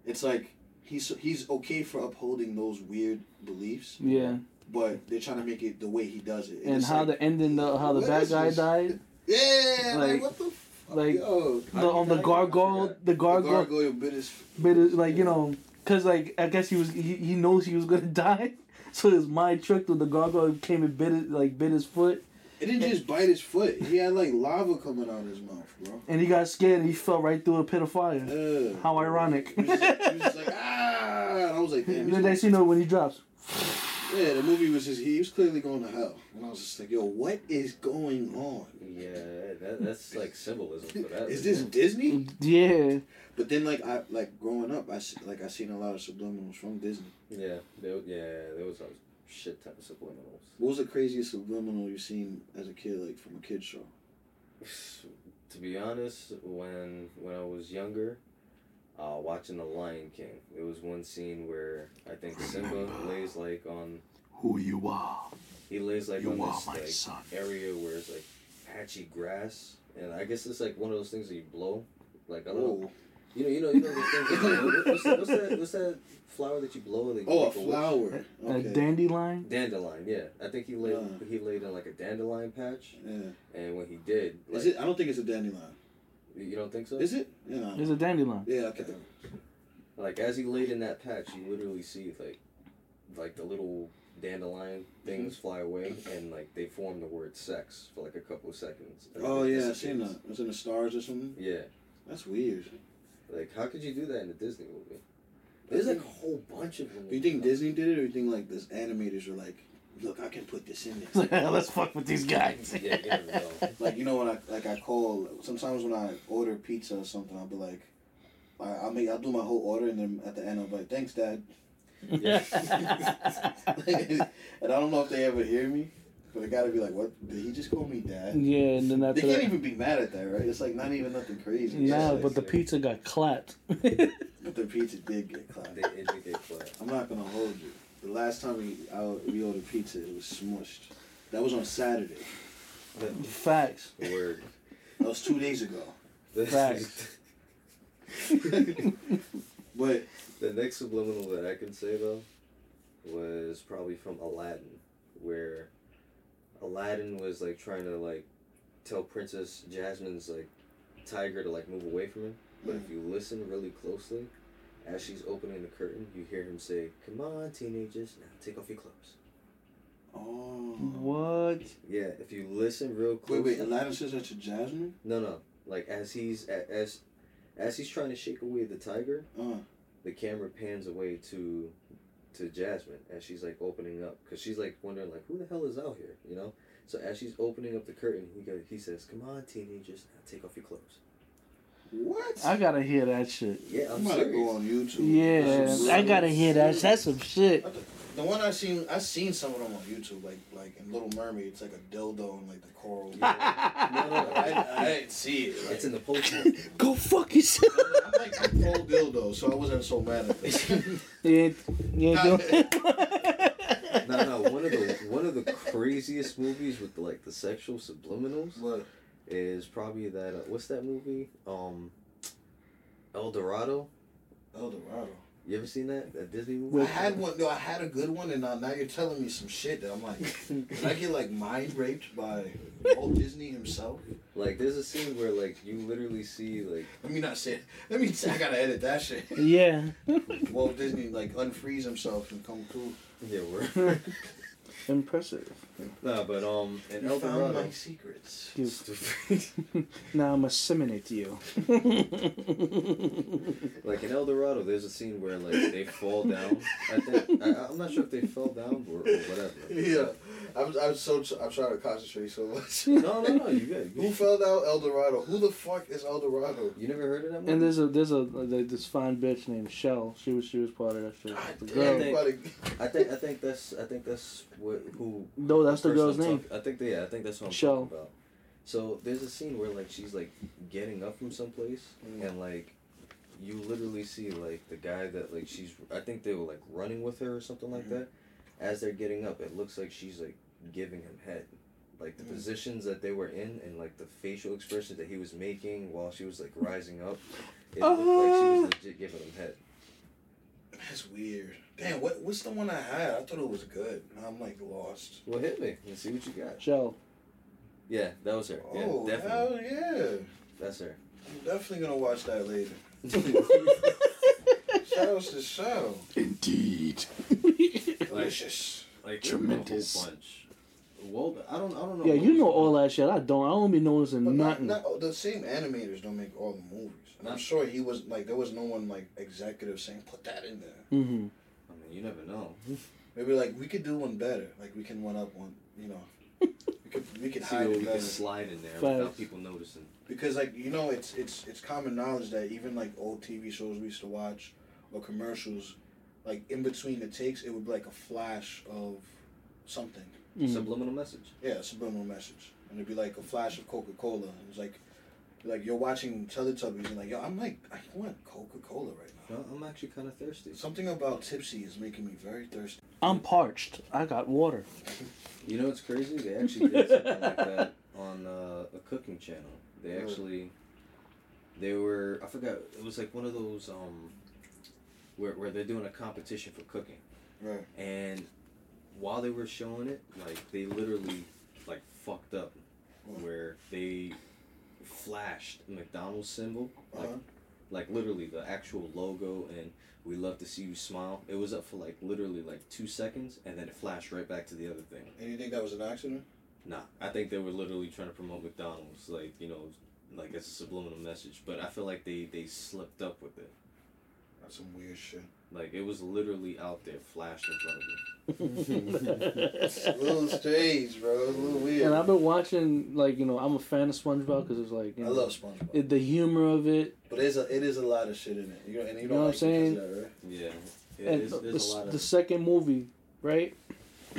B: It's like he's he's okay for upholding those weird beliefs,
D: Yeah.
B: but they're trying to make it the way he does it.
D: And
B: it's
D: how
B: like,
D: the ending, the how the
B: what
D: bad
B: is
D: guy
B: this?
D: died.
B: yeah like,
D: like-
B: what the fuck,
D: like,
B: yo.
E: How
D: The,
E: did he
D: on the
E: die? I
D: gargoyle,
E: forgot.
D: the
B: The
D: gargoyle,
B: gargoyle bit is
D: but it, like you know, cause like I guess he was he, he knows he was gonna die, so his mind tricked him. The gargoyle came and bit it, like bit his foot,
B: It didn't just bite his foot. He had like lava coming out of his mouth, bro.
D: and he got scared and he fell right through a pit of fire.
B: Ugh.
D: How ironic!
B: He was, just, he was just like, ah! And I was like, damn.
D: And
B: he's
D: the next you know, when he drops,
B: yeah, the movie was just, he was clearly going to hell. And I was just like, yo, what is going on?
E: Yeah, that, that's like symbolism for that.
B: Is this Disney?
D: yeah,
B: But then, like, I like growing up, I s- like I seen a lot of subliminals from Disney.
E: Yeah, there, yeah, there was a shit ton of subliminals.
B: What was the craziest subliminal you seen as a kid, like from a kid show?
E: To be honest, when when I was younger, uh, watching The Lion King, it was one scene where I think Simba lays like on
D: who you are,
E: he lays like
D: You
E: on
D: are
E: this
D: my
E: like
D: son.
E: area where it's like patchy grass, and I guess it's like one of those things that you blow. Like I don't know,
B: Oh,
E: you know, you know, you know those things. that you blow. what's, what's that? What's that flower that you blow? And they
B: oh, a
E: make wish?
B: flower.
D: a
B: Okay.
D: dandelion.
E: Dandelion, yeah. I think he laid
B: Yeah.
E: he laid in like a dandelion patch,
B: Yeah.
E: and when he did, like,
B: Is it? I don't think it's a dandelion.
E: You don't think so?
B: Is it? Yeah.
D: There's a dandelion.
B: Yeah. Okay.
E: Like as he laid in that patch, you literally see like, like the little dandelion things fly away, and like they form the word sex for like a couple of seconds. and
B: Oh
E: it
B: yeah, I
E: disappears.
B: seen that. It's in the stars or something.
E: Yeah,
B: That's weird.
E: like how could you do that in a Disney movie? There's like a whole bunch of them.
B: Do you think Disney did it, or you think like this animators were like, "Look, I can put this in
D: It's
B: there."
D: like, Let's fuck with these guys.
E: Yeah, you never know.
B: like you know when I like I call sometimes when I order pizza or something, I'll be like, I, I'll make I'll do my whole order, and then at the end I'll be like, "Thanks, Dad." and I don't know if they ever hear me, but they gotta be like, "What did he just call me, Dad?"
D: Yeah, and then
B: They
D: after
B: can't
D: that,
B: even be mad at that, right? It's like not even nothing crazy. It's
D: nah,
B: just
D: but the
E: Yeah.
D: pizza got clapped.
B: like, the pizza did get clapped.
E: They educate class.
B: I'm not gonna hold you. The last time we I, we ordered pizza, it was smushed. That was on Saturday.
D: Facts.
E: Word.
B: That was two days ago.
D: Facts.
B: But
E: The next subliminal that I can say though was probably from Aladdin, where Aladdin was like trying to like tell Princess Jasmine's like tiger to like move away from him. But if you listen really closely, as she's opening the curtain, you hear him say, "Come on, teenagers, now take off your clothes."
B: oh,
D: What?
E: Yeah, if you listen real
B: wait,
E: closely.
B: wait. Aladdin says that to Jasmine.
E: No, no. Like as he's a- as as he's trying to shake away the tiger,
B: Uh,
E: the camera pans away to to Jasmine as she's like opening up because she's like wondering like who the hell is out here you know so as she's opening up the curtain he go, he says come on teenagers now take off your clothes
B: what?
D: I gotta hear that shit.
E: yeah
B: I'm
E: I'm
B: about to go
E: serious
B: on YouTube.
D: Yeah,
B: That's some
D: I gotta
B: serious-
D: hear that. That's some shit.
B: The one I seen, I seen some of them on YouTube, like like in Little Mermaid, it's like a dildo and like the coral.
E: no, no, I,
B: I didn't see it.
E: it's in the poster
D: Go fuck yourself.
B: I'm like a pro dildo, so I wasn't so mad at it.
D: You ain't, you ain't doing
E: no no one of the one of the craziest movies with like the sexual subliminals
B: but
E: is probably that uh, what's that movie um El Dorado
B: El Dorado.
E: you ever seen that that Disney movie
B: I had one. No, I had a good one, and now, now you're telling me some shit that I'm like, did I get like mind raped by Walt Disney himself?
E: like there's a scene where like you literally see like
B: Let me not say. Let me. I gotta edit that shit.
D: Yeah.
B: Walt Disney like unfreeze himself and come through.
E: Yeah, we're
D: Impressive.
E: Nah, but um, in El
B: You found
E: Dorado.
B: my secrets.
D: You-
E: Stupid.
D: now I'm assimilate you.
E: Like in El Dorado, there's a scene where like they fall down. I think I, I'm not sure if they fell down or, or whatever.
B: Yeah, I'm, I'm so I'm trying to concentrate so much.
E: No, no, no. You good?
B: Who
E: You,
B: fell down El Dorado? Who the fuck is El Dorado?
E: you never heard of that? Movie?
D: and there's a there's a like, this fine bitch named Shell. She was she was part of that shit. The
E: damn
D: girl.
E: it.
B: Everybody,
E: I think I think that's I think that's what who.
D: No, Oh, that's the
E: person
D: girl's
E: I'm
D: name.
E: talk- I think they. Yeah, I think that's what I'm
D: Shell.
E: talking about. So there's a scene where like she's like getting up from someplace
D: Mm.
E: and like you literally see like the guy that like she's I think they were like running with her or something like
D: Mm-hmm.
E: that. As they're getting up, it looks like she's like giving him head. Like
D: Mm.
E: the positions that they were in and like the facial expressions that he was making while she was like rising up, it
D: Oh.
E: looked like she was legit giving him head.
B: that's weird. Damn, what what's the one I had? I thought it was good. Now I'm like lost.
E: Well, hit me and see what you got.
D: Shell.
E: Yeah, that was her. Yeah,
B: oh
E: definitely.
B: hell yeah!
E: That's her.
B: I'm definitely gonna watch that later. Shout out to Show.
G: Indeed.
B: Delicious.
E: Like
G: Tremendous.
E: a whole bunch. Well, I don't, I don't know.
D: Yeah,
E: what
D: you
E: was
D: know
E: going
D: all
E: on.
D: that shit. I don't. I don't be noticing
B: But not,
D: nothing.
B: not, oh, the same animators don't make all the movies. And I'm
E: Not-
B: sure he was like there was no one like executive saying put that in there.
D: Mm-hmm.
E: I mean, you never know.
B: Maybe like we could do one better. Like we can one up one. You know, we could we could
E: See
B: hide
E: what we
B: it
E: can
B: better.
E: slide in there
D: Facts.
E: without people noticing.
B: because like you know it's it's it's common knowledge that even like old TV shows we used to watch or commercials, like in between the takes, it would be like a flash of something.
D: Mm-hmm.
E: Subliminal message.
B: Yeah, a subliminal message, and it'd be like a flash of Coca Cola. And it's like, like you're watching Teletubbies and like yo, I'm like I want Coca Cola right now.
E: No, I'm actually kind of thirsty.
B: Something about tipsy is making me very thirsty.
D: I'm parched. I got water.
E: You know what's crazy? They actually did something like that on uh, a cooking channel. They actually, they were I forgot. It was like one of those um, where where they're doing a competition for cooking.
B: Right.
E: And while they were showing it, like they literally like fucked up where they flashed a McDonald's symbol, like
B: Uh-huh.
E: like literally the actual logo and we love to see you smile. It was up for like literally like two seconds and then it flashed right back to the other thing.
B: And you think that was an accident?
E: Nah, I think they were literally trying to promote McDonald's, like you know, like as a subliminal message. But I feel like they they slipped up with it.
B: That's some weird shit.
E: Like it was literally out there, flashed in front of me.
B: little strange, bro. A little weird.
D: And I've been watching, like you know, I'm a fan of SpongeBob because it's like you
B: I
D: know,
B: love SpongeBob.
D: it, the humor of it.
B: But it's a, it is a lot of shit in it. You know, and you,
D: You
B: don't
D: know
B: like
D: what I'm
B: it 'cause
D: saying?
B: of that, right?
E: Yeah, it,
D: and
E: there's,
D: the,
E: there's a lot
D: the,
E: of
D: the second movie, right?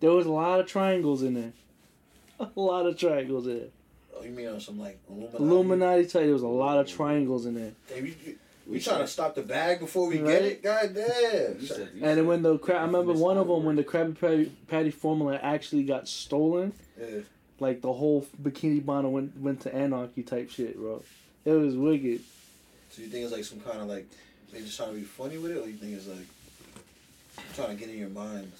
D: there was a lot of triangles in there. A lot of triangles in it.
B: Oh, you mean on some like Illuminati?
D: Illuminati type. There was a lot of triangles in there.
B: Damn, you, you, you trying to stop the bag before we get it? God damn.
E: You said- you
D: And then
E: said-
D: when the crab, I
E: you
D: remember
E: missed
D: one of
E: my
D: them when the
E: word.
D: Krabby Patty, Patty formula actually got stolen.
B: Yeah.
D: Like the whole Bikini Bottom went went to anarchy type shit, bro. It was wicked.
B: So you think it's like some kind of like they just trying to be funny with it, or you think it's like trying to get in your mind?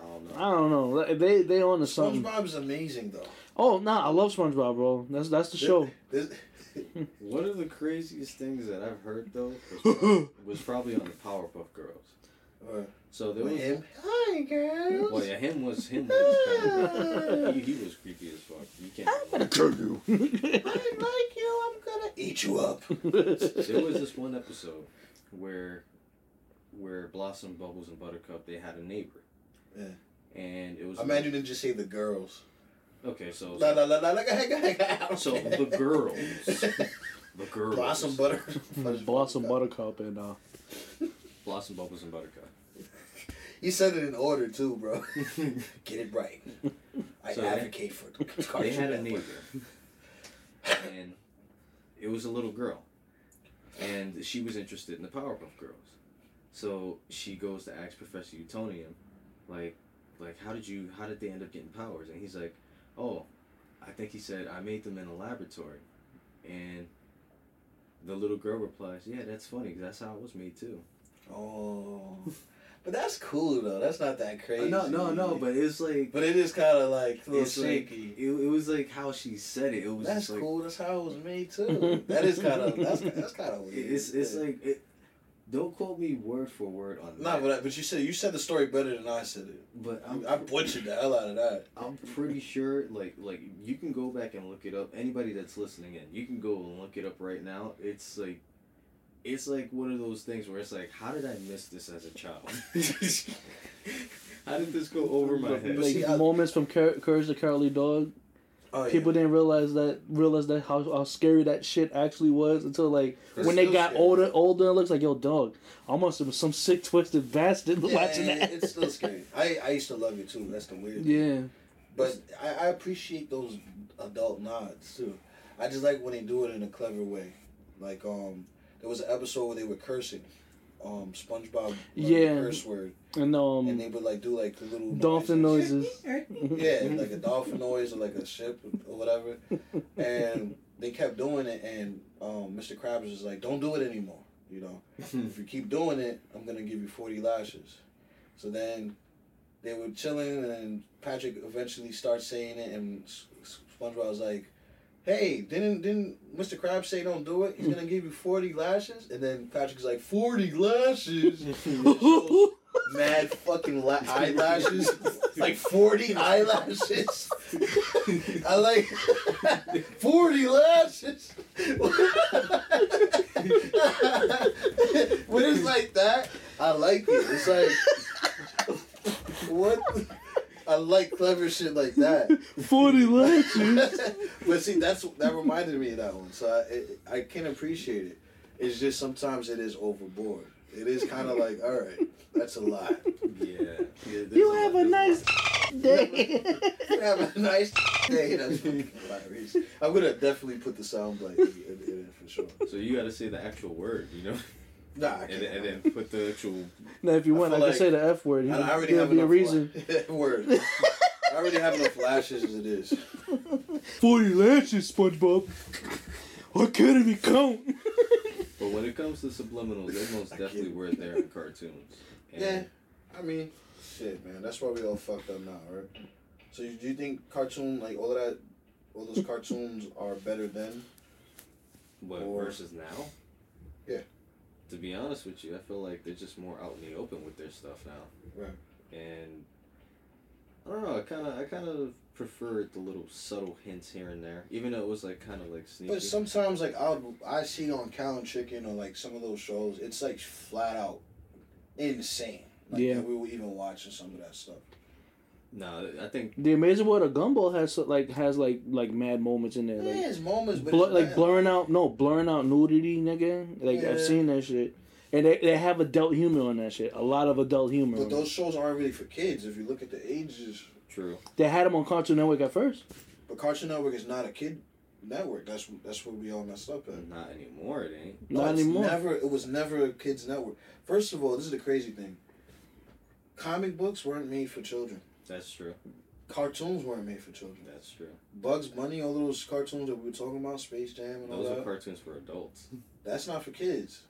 E: I don't know.
D: I don't know. Like, They they on to something.
B: SpongeBob is amazing though.
D: Oh no, nah, I love SpongeBob, bro. That's that's the show.
B: This,
E: One of the craziest things that I've heard though was probably, was probably on the Powerpuff Girls.
B: or,
E: So there
B: with
E: was
B: him. Hi girls.
E: well yeah him was him was kind of, he, he was creepy as fuck. You can't.
G: Kill you.
B: I like you. I'm gonna eat you up.
E: There was this one episode where where Blossom, Bubbles, and Buttercup they had a neighbor.
B: Yeah.
E: And it was
B: I'm mad you didn't just say the girls.
E: okay so
B: La la la la la. go ahead, go ahead, go ahead.
E: so the girls the girls
B: Blossom butter.
D: Blossom Buttercup and uh,
E: Blossom, Bubbles, and Buttercup.
B: You said it in order too, bro. Get it right. I
E: So they-
B: advocate for the
E: They had a neighbor, and it was a little girl, and she was interested in the Powerpuff Girls. So she goes to ask Professor Utonium, like, like how did you, how did they end up getting powers? And he's like, oh, I think he said I made them in a laboratory, and the little girl replies, yeah, that's funny, 'cause that's how I was made too.
B: Oh, but that's cool though. That's not that crazy.
E: Uh, No, no, no, but it's like,
B: but it is kind of like a little
E: it's like,
B: shaky.
E: it, it was like how she said it. It was
B: that's
E: just like,
B: cool. That's how it was made too. that is kind of that's that's kind of
E: It-
B: weird.
E: It's it's like it, Don't quote me word for word on
B: Nah,
E: that.
B: but, I, but you said you said the story better than I said it.
E: but I'm
B: I butchered the hell out of that.
E: I'm pretty sure, like, like you can go back and look it up. Anybody that's listening in, you can go and look it up right now. It's like, it's like one of those things where it's like, how did I miss this as a child? how did this go over my head?
D: Like
B: see, I-
D: moments from Cur- Courage the Cowardly Dog.
B: Oh, yeah.
D: People didn't realize that realize that how, how scary that shit actually was until like
B: It's
D: when they
B: still
D: got
B: scary.
D: older older. It looks like yo dog, I must have been some sick twisted bastard
B: Yeah,
D: watching
B: it-
D: that.
B: It's still scary. I, I used to love you too. That's the weird. thing.
D: yeah,
B: But I, I appreciate those adult nods too. I just like when they do it in a clever way. Like um, there was an episode where they were cursing, um, SpongeBob learned the
D: Yeah.
B: curse word,
D: and um,
B: and they would like do like the little
D: dolphin
B: noises.
D: noises.
B: Yeah, like a dolphin noise or like a ship or whatever. And they kept doing it, and um, Mr. Krabs was like, "Don't do it anymore. You know, if you keep doing it, I'm gonna give you forty lashes." So then they were chilling, and Patrick eventually starts saying it, and S- S- SpongeBob was like. Hey, didn't didn't Mr. Krabs say don't do it? He's gonna give you forty lashes, and then Patrick's like forty lashes. It shows mad fucking la- eyelashes, like forty eyelashes. I like forty lashes. when it's like that, I like it. It's like what? I like clever shit like that.
D: Forty lashes.
B: but see, that's that reminded me of that one, so I it, I can appreciate it. It's just sometimes it is overboard. It is kind of like, all right, that's a lot.
E: yeah. yeah
D: you have a nice day.
B: Have a nice day. That's fucking hilarious. I'm gonna definitely put the soundbite in, in, in it for sure.
E: So you got to say the actual word, you know,
B: Nah, I
E: and,
B: can't.
E: and then put the actual.
D: now if you
B: I
D: want, I
B: feel
D: can
B: like-
D: say the f word.
B: I, I already
D: There'll
B: have
D: be
B: enough
D: a reason.
B: la- word. I already have enough lashes as it is.
D: Forty lashes, SpongeBob. I can't even count.
E: But when it comes to subliminals, they most definitely were there in cartoons. And
B: Yeah. I mean, shit, man. That's why we all fucked up now, right? So you- do you think cartoon like all of that, all those cartoons are better than?
E: But
B: Or-
E: versus now.
B: Yeah.
E: To be honest with you, I feel like they're just more out in the open with their stuff now.
B: Right.
E: And I don't know. I kind of I kind of preferred the little subtle hints here and there, even though it was like kind of like sneaky.
B: But sometimes, like I I see on Cow and Chicken or like some of those shows, it's like flat out insane. Like,
D: Yeah.
B: that we were even watching some of that stuff.
E: no, I think
D: The Amazing World of Gumball has so- like has like like mad moments in there,
B: Yeah,
D: like
B: it's moments, but
D: bl-
B: it's
D: like
B: bad.
D: blurring out no blurring out nudity, nigga. Like
B: Yeah.
D: I've seen that shit, and they, they have adult humor on that shit. A lot of adult humor. on
B: But
D: it.
B: those shows aren't really for kids if you look at the ages.
E: true.
D: they had them on Cartoon Network at first.
B: But Cartoon Network is not a kid network. That's that's what we all messed up at.
E: Not anymore. It ain't.
B: No,
D: Not
B: it's
D: anymore.
B: Never, it was never a kids network. First of all, this is the crazy thing. Comic books weren't made for children.
E: That's true.
B: Cartoons weren't made for children.
E: That's true.
B: Bugs Bunny, all those cartoons that we were talking about, Space Jam, and all
E: Those
B: that.
E: are cartoons for adults.
B: that's not for kids.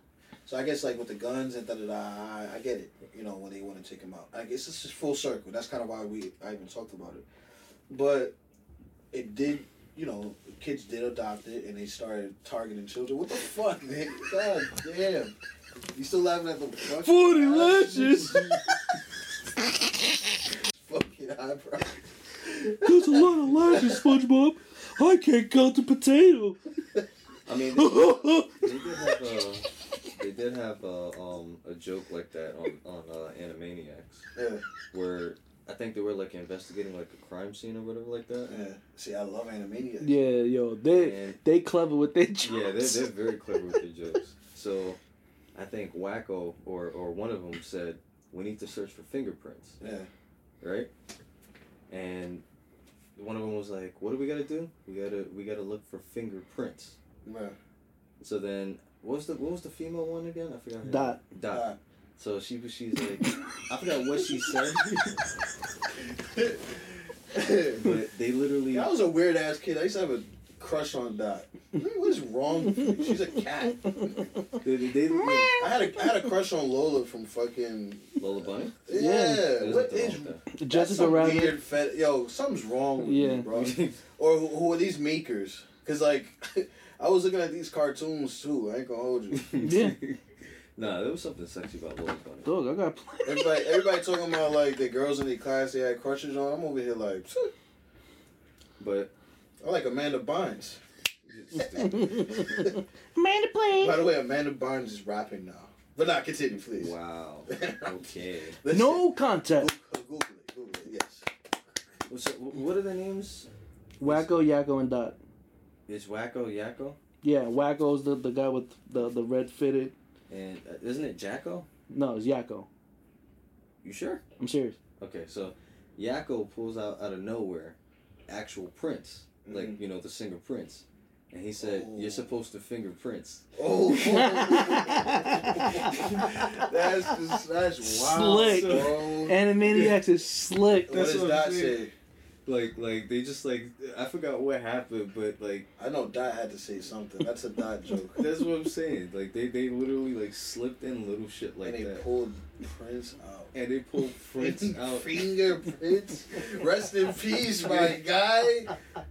B: So I guess like with the guns and da da da, I, I get it. You know when they want to take them out. I guess this is full circle. That's kind of why we I even talked about it. But it did. You know, kids did adopt it and they started targeting children. What the fuck, man? God damn. You still laughing at the fucking
D: Forty
B: eyebrows?
D: lashes.
B: fucking eyebrow.
D: There's a lot of lashes, SpongeBob. I can't count the potato.
E: I mean, they,
D: Yo,
E: they did have a they did have a, um a joke like that on on uh, Animaniacs.
B: Yeah,
E: where I think they were like investigating like a crime scene or whatever like that.
B: yeah. See, I love Animaniacs.
D: yeah, yo, they
E: And
D: they clever with their jokes.
E: yeah, they're, they're very clever with their jokes. So I think Wacko or or one of them said we need to search for fingerprints,
B: Yeah.
E: right? And one of them was like, "What do we gotta do? We gotta we gotta look for fingerprints."
B: yeah.
E: So then. What was the what was the female one again? I forgot. her name.
D: Dot.
E: Dot.
B: Dot.
E: So she was she's like I forgot what she said, but they literally
B: I was a weird ass kid. I used to have a crush on Dot. What is wrong with you? She's a cat.
E: they, they, they
B: I had a I had a crush on Lola from fucking
E: Lola Bunny.
B: yeah.
E: There's
B: What
E: nothing wrong
B: is
E: with that.
B: that's
D: Jessica
B: some
D: Rabbit.
B: Weird fet- Yo, something's wrong with
D: Yeah.
B: you, bro. Or who, who are these makers? Cause like, I was looking at these cartoons too. I ain't gonna hold you.
D: Yeah.
E: Nah, there was something sexy about Bugs Bunny.
D: Dog, I got plenty.
B: Everybody, everybody talking about like the girls in the class they had crushes on. I'm over here like,
E: But
B: I like Amanda Bynes.
D: Amanda,
B: By
D: please.
B: the way, Amanda Bynes is rapping now. But not continue, please.
E: wow. Okay.
B: Listen,
D: No contest.
B: Google, Google it. Google it. Yes.
E: What's up- wh- what are their names?
D: Wacko, Yakko, and Dot.
E: It's Wacko Yakko,
D: Yeah, Wacko's the, the guy with the, the red fitted.
E: and uh, isn't it Jacko?
D: No, it's Yakko.
E: You sure?
D: I'm serious.
E: Okay, so Yakko pulls out out of nowhere, actual Prince,
B: Mm-hmm.
E: like you know the singer Prince, and he said, "You're supposed to finger Prince."
B: Oh, that's just, that's wild,
D: Slick.
B: bro.
D: Animaniacs is slick.
B: what does
A: what
B: Dot
A: I'm saying.
B: say?
E: Like, like they just like I forgot what happened, but like
B: I know Dot had to say something. That's a Dot joke.
E: that's what I'm saying. Like they they literally like slipped in little shit like
B: and they
E: that,
B: pulled Prince out.
E: and they pulled Prince out.
B: Fingerprints. Rest in peace, my guy.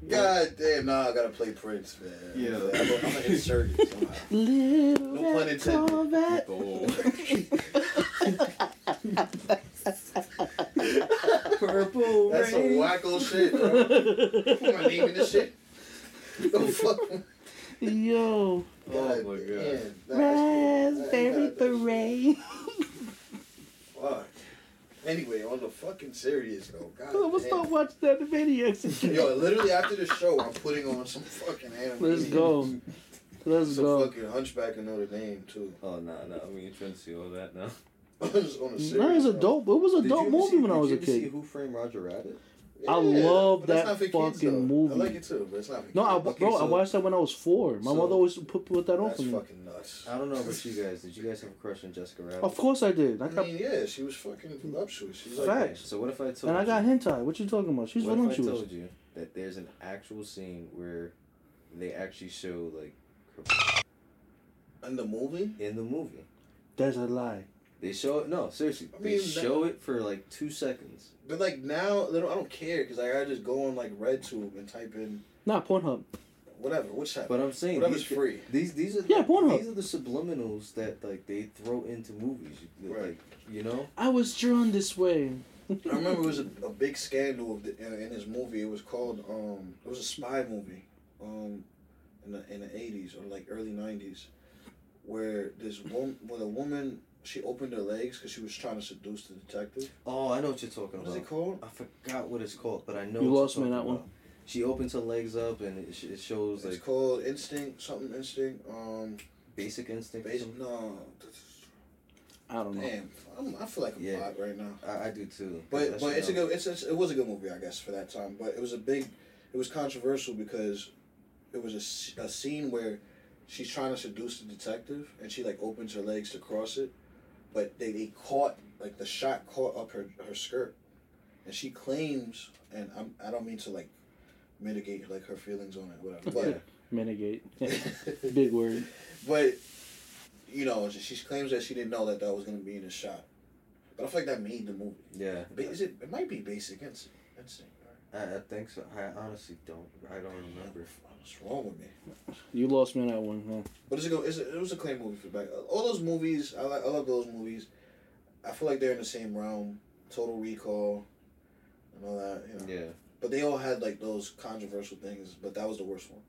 B: God damn, nah, I gotta play Prince, man.
E: Yeah.
B: I'm gonna, I'm gonna insert it somehow.
D: Little
B: No pun
D: red
B: intended.
D: Corvette.
E: Boom. Purple
B: That's some
E: rain.
B: wacko shit, bro. Put my name in this shit. The fuck?
D: Yo,
E: Oh my god.
B: damn, that's-
D: raspberry
B: that- that's-
D: beret.
B: Fuck. Anyway, on the fucking serious though, god.
D: I'm gonna stop
B: damn.
D: watching Animaniacs. again.
B: Yo, literally after the show, I'm putting on some fucking anime.
D: Let's go. Let's
B: Some
D: go.
B: fucking Hunchback of Notre Dame too.
E: Oh no no, I mean you're trying to see all that now.
B: on a serious.
D: That is a
B: note.
D: dope. It was a
E: Did
D: dope
E: you ever
D: movie
E: see-
D: when I
E: did
D: was
E: you
D: a
E: ever See
D: kid.
E: Who Framed Roger Rabbit?
D: I love
B: but that's
D: that
B: not for kids,
D: fucking
B: though.
D: movie.
B: I like it too, but it's not for
D: No, I,
B: kids.
D: bro, I
E: so-
D: watched that when I was four. My
E: so-
D: mother always put, put that on
B: That's
D: for me.
B: fucking nuts.
E: I don't know about you guys. Did you guys have a crush on Jessica Rabbit?
D: Of course I did. I
B: I
D: got
B: mean, yeah, she was fucking voluptuous. She's like,
D: Facts.
E: So what if I told
D: and I got
E: you,
D: hentai. What you talking about? She's
E: what if I
D: voluptuous.
E: told you that there's an actual scene where they actually show like
B: in the movie.
E: in the movie.
D: That's a lie.
E: They show it no, seriously.
B: I
E: they
B: mean, that-
E: show it for like two seconds.
B: But like now, they don't- I don't care because like, I just go on like RedTube and type in
D: Not Pornhub.
B: whatever. What's that?
E: But I'm saying
B: Whatever's
E: these, ki-
B: free.
E: These these are
D: Yeah, Pornhub.
E: these are the subliminals that like they throw into movies. Like,
B: Right.
E: you know?
D: I was drawn this way.
B: I remember it was a, a big scandal of the, in, in this movie. It was called um, it was a spy movie, um, in the in the eighties or like early nineties, where this woman, where the woman, she opened her legs because she was trying to seduce the detective.
E: Oh, I know what you're talking
B: What
E: about.
B: is it called?
E: I forgot what it's called, but I
D: You
E: know. what you're
D: lost me on
E: talking
D: that one.
E: about. She opens her legs up and it, sh- it shows like
B: It's called Instinct, something Instinct. Um,
E: basic instinct. or
B: base,
E: something.
B: no,
D: I don't know.
B: damn, I'm, I feel like I'm
E: Yeah.
B: hot right now.
E: I, I do too.
B: But
E: That's
B: but it's a
E: what I-
B: good, it's, it's it was a good movie, I guess, for that time. But it was a big, it was controversial because it was a s- a, scene where she's trying to seduce the detective and she like opens her legs to cross it, but they, they caught like the shot caught up her her skirt, and she claims, and I'm I don't mean to like mitigate like her feelings on it, whatever, but.
D: Menegate. Big word.
B: But you know, she- she claims that she didn't know that that was gonna be in the shot. But I feel like that made the movie.
E: Yeah,
B: Ba- Is it? It might be Basic Instinct. Instinct. right?
E: I, I think so. I honestly don't. I don't remember.
B: What's wrong with me?
D: You lost me on that one, huh?
B: But it's a go. It's a, it was a claim movie for back. All those movies, I like. I love those movies. I feel like they're in the same realm. Total Recall, and all that. You know.
E: Yeah,
B: But they all had like those controversial things. But that was the worst one.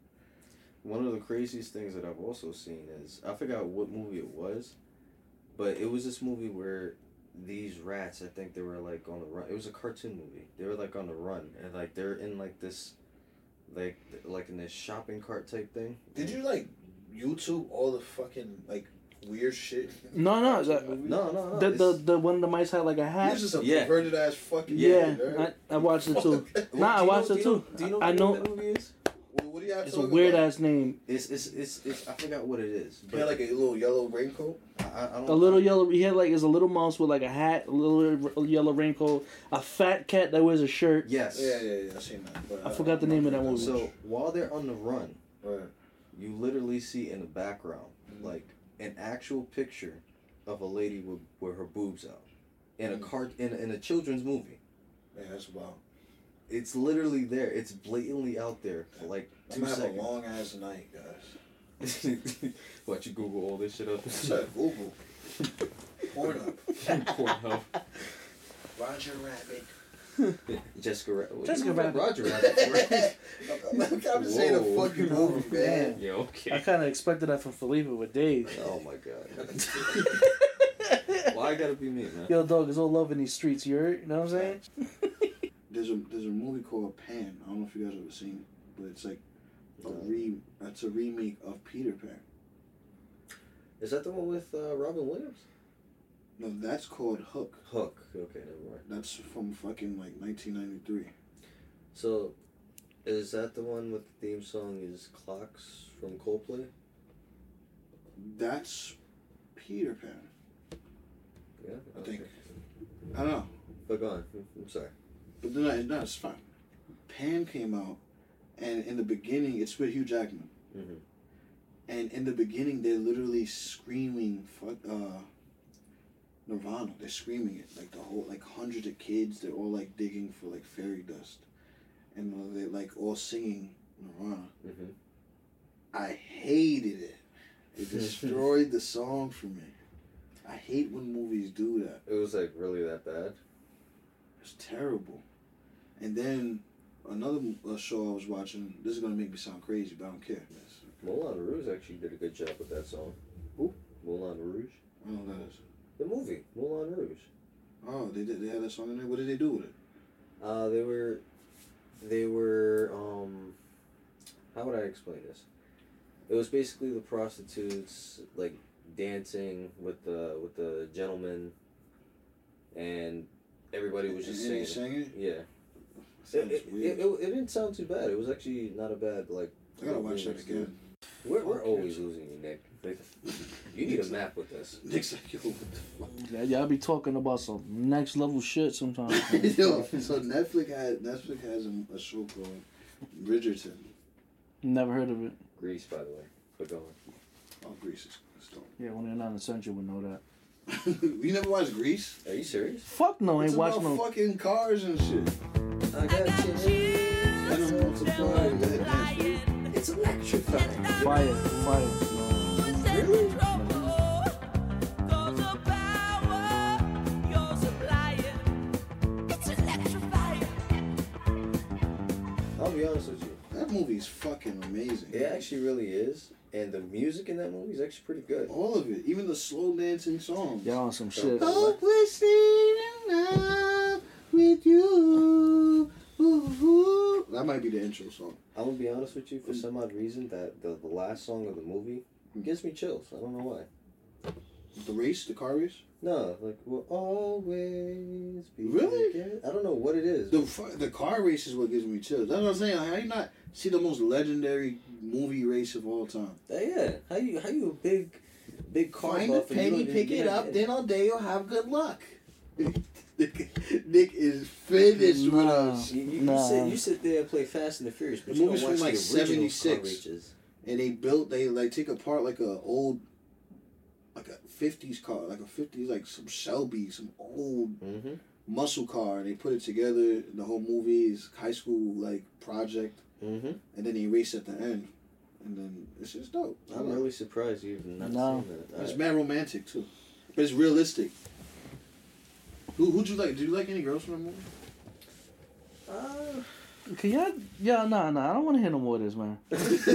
E: one of the craziest things that I've also seen is I forgot what movie it was, but it was this movie where these rats. I think they were like on the run. It was a cartoon movie. They were like on the run and like they're in like this, like like in this shopping cart type thing.
B: Did you like YouTube all the fucking like weird shit?
D: No, no. The,
E: No, no, no.
D: the, the,
E: it's-
D: the one the mice had like a hat.
B: This is a
E: Yeah.
B: perverted ass fucking.
D: Yeah,
B: shit, right?
D: I, I watched it too.
B: What
D: Nah, I
E: Do you know-
D: watched
E: do
D: it
E: you
D: too.
E: know- Do you know?
D: I
E: what
D: know.
E: that movie is?
B: what are y'all
D: It's a
B: talking
D: weird
B: about?
D: ass name.
E: It's, it's it's it's I forgot what it is.
B: He had
E: But
B: like a little yellow raincoat.
E: I, I I don't.
D: A little yellow. He had like is a little mouse with like a hat, a little r- yellow raincoat, a fat cat that wears a shirt.
E: Yes.
B: Yeah, yeah, yeah. I seen that. But uh,
D: I forgot the name of that
B: remember
D: movie.
E: So while they're on the run,
B: Right.
E: you literally see in the background like an actual picture of a lady with, with her boobs out in a
B: Mm.
E: cart in, a- in a children's movie.
B: Yeah, that's wild.
E: It's literally there. It's blatantly out there for like
B: I'm
E: 2
B: gonna have a
E: seconds.
B: long ass night, guys.
E: what you Google all this shit up?
B: What's that Google? Pornhub.
E: Pornhub.
B: Roger Rabbit.
F: Jessica. Ra- what-
D: Jessica Rabbit.
E: Roger Rabbit. right?
B: I'm just saying a
E: Whoa.
B: fucking movie, man.
E: yeah.
D: I
E: Okay.
D: kind of expected that from Felipe with Dave.
E: Oh my god. Why I gotta be me, man?
D: Yo, dog, it's all love in these streets. You heard? You know what I'm saying?
B: There's a there's a movie called Pan. I don't know if you guys ever seen it, but it's like a re it's a remake of Peter Pan.
E: Is that the one with uh, Robin Williams?
B: No, that's called Hook.
E: Hook. Okay, never mind.
B: That's from fucking like 1993.
E: So, is that the one with the theme song is Clocks from Coldplay?
B: That's Peter Pan.
E: Yeah.
B: I think. I don't know,
E: But go on. Mm-hmm, I'm sorry.
B: but then I, no, it's fine. Pan came out, and in the beginning, it's with Hugh Jackman.
E: Mhm.
B: And in the beginning, they're literally screaming "fuck" uh, Nirvana. They're screaming it like the whole like hundreds of kids. They're all like digging for like fairy dust, and they're like all singing Nirvana.
E: Mhm.
B: I hated it. It destroyed the song for me. I hate when movies do that.
E: It was like really that bad.
B: It's terrible. And then another uh, show I was watching. This is gonna make me sound crazy, but I don't care.
E: Moulin Rouge actually did a good job with that song.
B: Who?
E: Moulin Rouge.
B: I don't know what that is.
E: The movie Moulin Rouge.
B: Oh, they did. They had that song in there. What did they do with it?
E: Uh, they were, they were. Um, how would I explain this? It was basically the prostitutes like dancing with the with the gentlemen, and everybody was just
B: And they
E: singing.
B: sang it.
E: Yeah,
B: Sounds
E: it, it,
B: weird.
E: it, it, it didn't sound too bad. It was actually not a bad like.
B: I gotta watch that
E: remix.
B: again.
E: We're, we're
B: Okay.
E: always losing you, Nick. Like, You need a map with us.
B: Nick's like, yo, what the fuck?
D: Yeah, y'all be talking about some next level shit sometimes. man.
B: yo, so Netflix had Netflix has a, a show called Bridgerton.
D: Never heard of it.
E: Greece, by the way. But go on.
B: Oh, Greece is it's dope.
D: Yeah, when you're not essential, we know that.
B: you never watched Greece?
E: Are you serious?
D: Fuck no,
B: it's
D: ain't watch
B: about
D: no.
B: fucking cars and shit.
E: I got you.
B: I don't want to fly with that.
E: It's electrifying.
D: Fire, fire.
E: I'll be honest with you.
B: That movie's fucking amazing.
E: It actually really is, and the music in that movie is actually pretty good.
B: All of it, even the slow dancing songs.
D: Y'all on some shit.
B: Hopelessly Oh, in love with you. Ooh. That might be the intro song.
E: I'm gonna be honest with you. For some odd reason, that the, the last song of the movie gives me chills. I don't know why.
B: The race, the car race.
E: No, like we'll always be
B: Really?
E: together. I don't know what it is.
B: The fu- the car race is what gives me chills. That's what I'm saying. Like, how you not see the most legendary movie race of all time?
E: Uh, yeah, how you how you a big big car
B: Find a
E: buff and you don't
B: penny,
E: even-
B: pick it
E: yeah,
B: up,
E: yeah.
B: then all day you'll have good luck. Nick, Nick is finished with
D: Nah.
B: us.
E: You, you,
D: Nah.
E: you sit you sit there and play Fast and the Furious, but
B: The
E: you
B: movie's
E: don't
B: from,
E: watch
B: like,
E: the original
B: 76.
E: car races.
B: and they built they like take apart like a old like a fifties car, like a fifties like some Shelby, some old
E: Mm-hmm.
B: muscle car, and they put it together. The whole movie is high school like project,
E: Mm-hmm.
B: and then they race at the end, and then it's just dope. I
E: I'm
B: like
E: really surprised you've not
D: No.
E: seen that.
B: it. It's
E: I-
B: mad romantic too, but it's realistic. Who who'd you like? Do you like any girls from the movie?
E: Uh,
D: Can y'all? Yeah, nah, nah. I don't want to hear no more of this, man.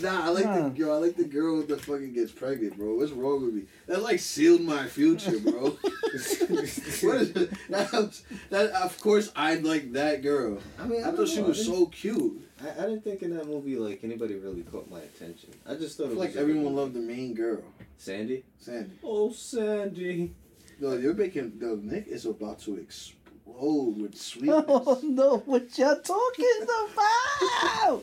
B: nah, I like
D: Nah.
B: the yo, I like the girl that fucking gets pregnant, bro. What's wrong with me? That like sealed my future, bro. what is it? That, was- that of course I like that girl.
E: I mean,
B: I thought she was so cute.
E: I, I didn't think in that movie like anybody really caught my attention. I just thought
B: I
E: it
B: feel
E: was
B: like
E: a-
B: everyone loved the main girl,
E: Sandy.
B: Sandy.
E: Oh, Sandy.
B: No, you're making no Nick is about to explode with
D: Oh
B: sweetness.
D: no, what y'all talking about?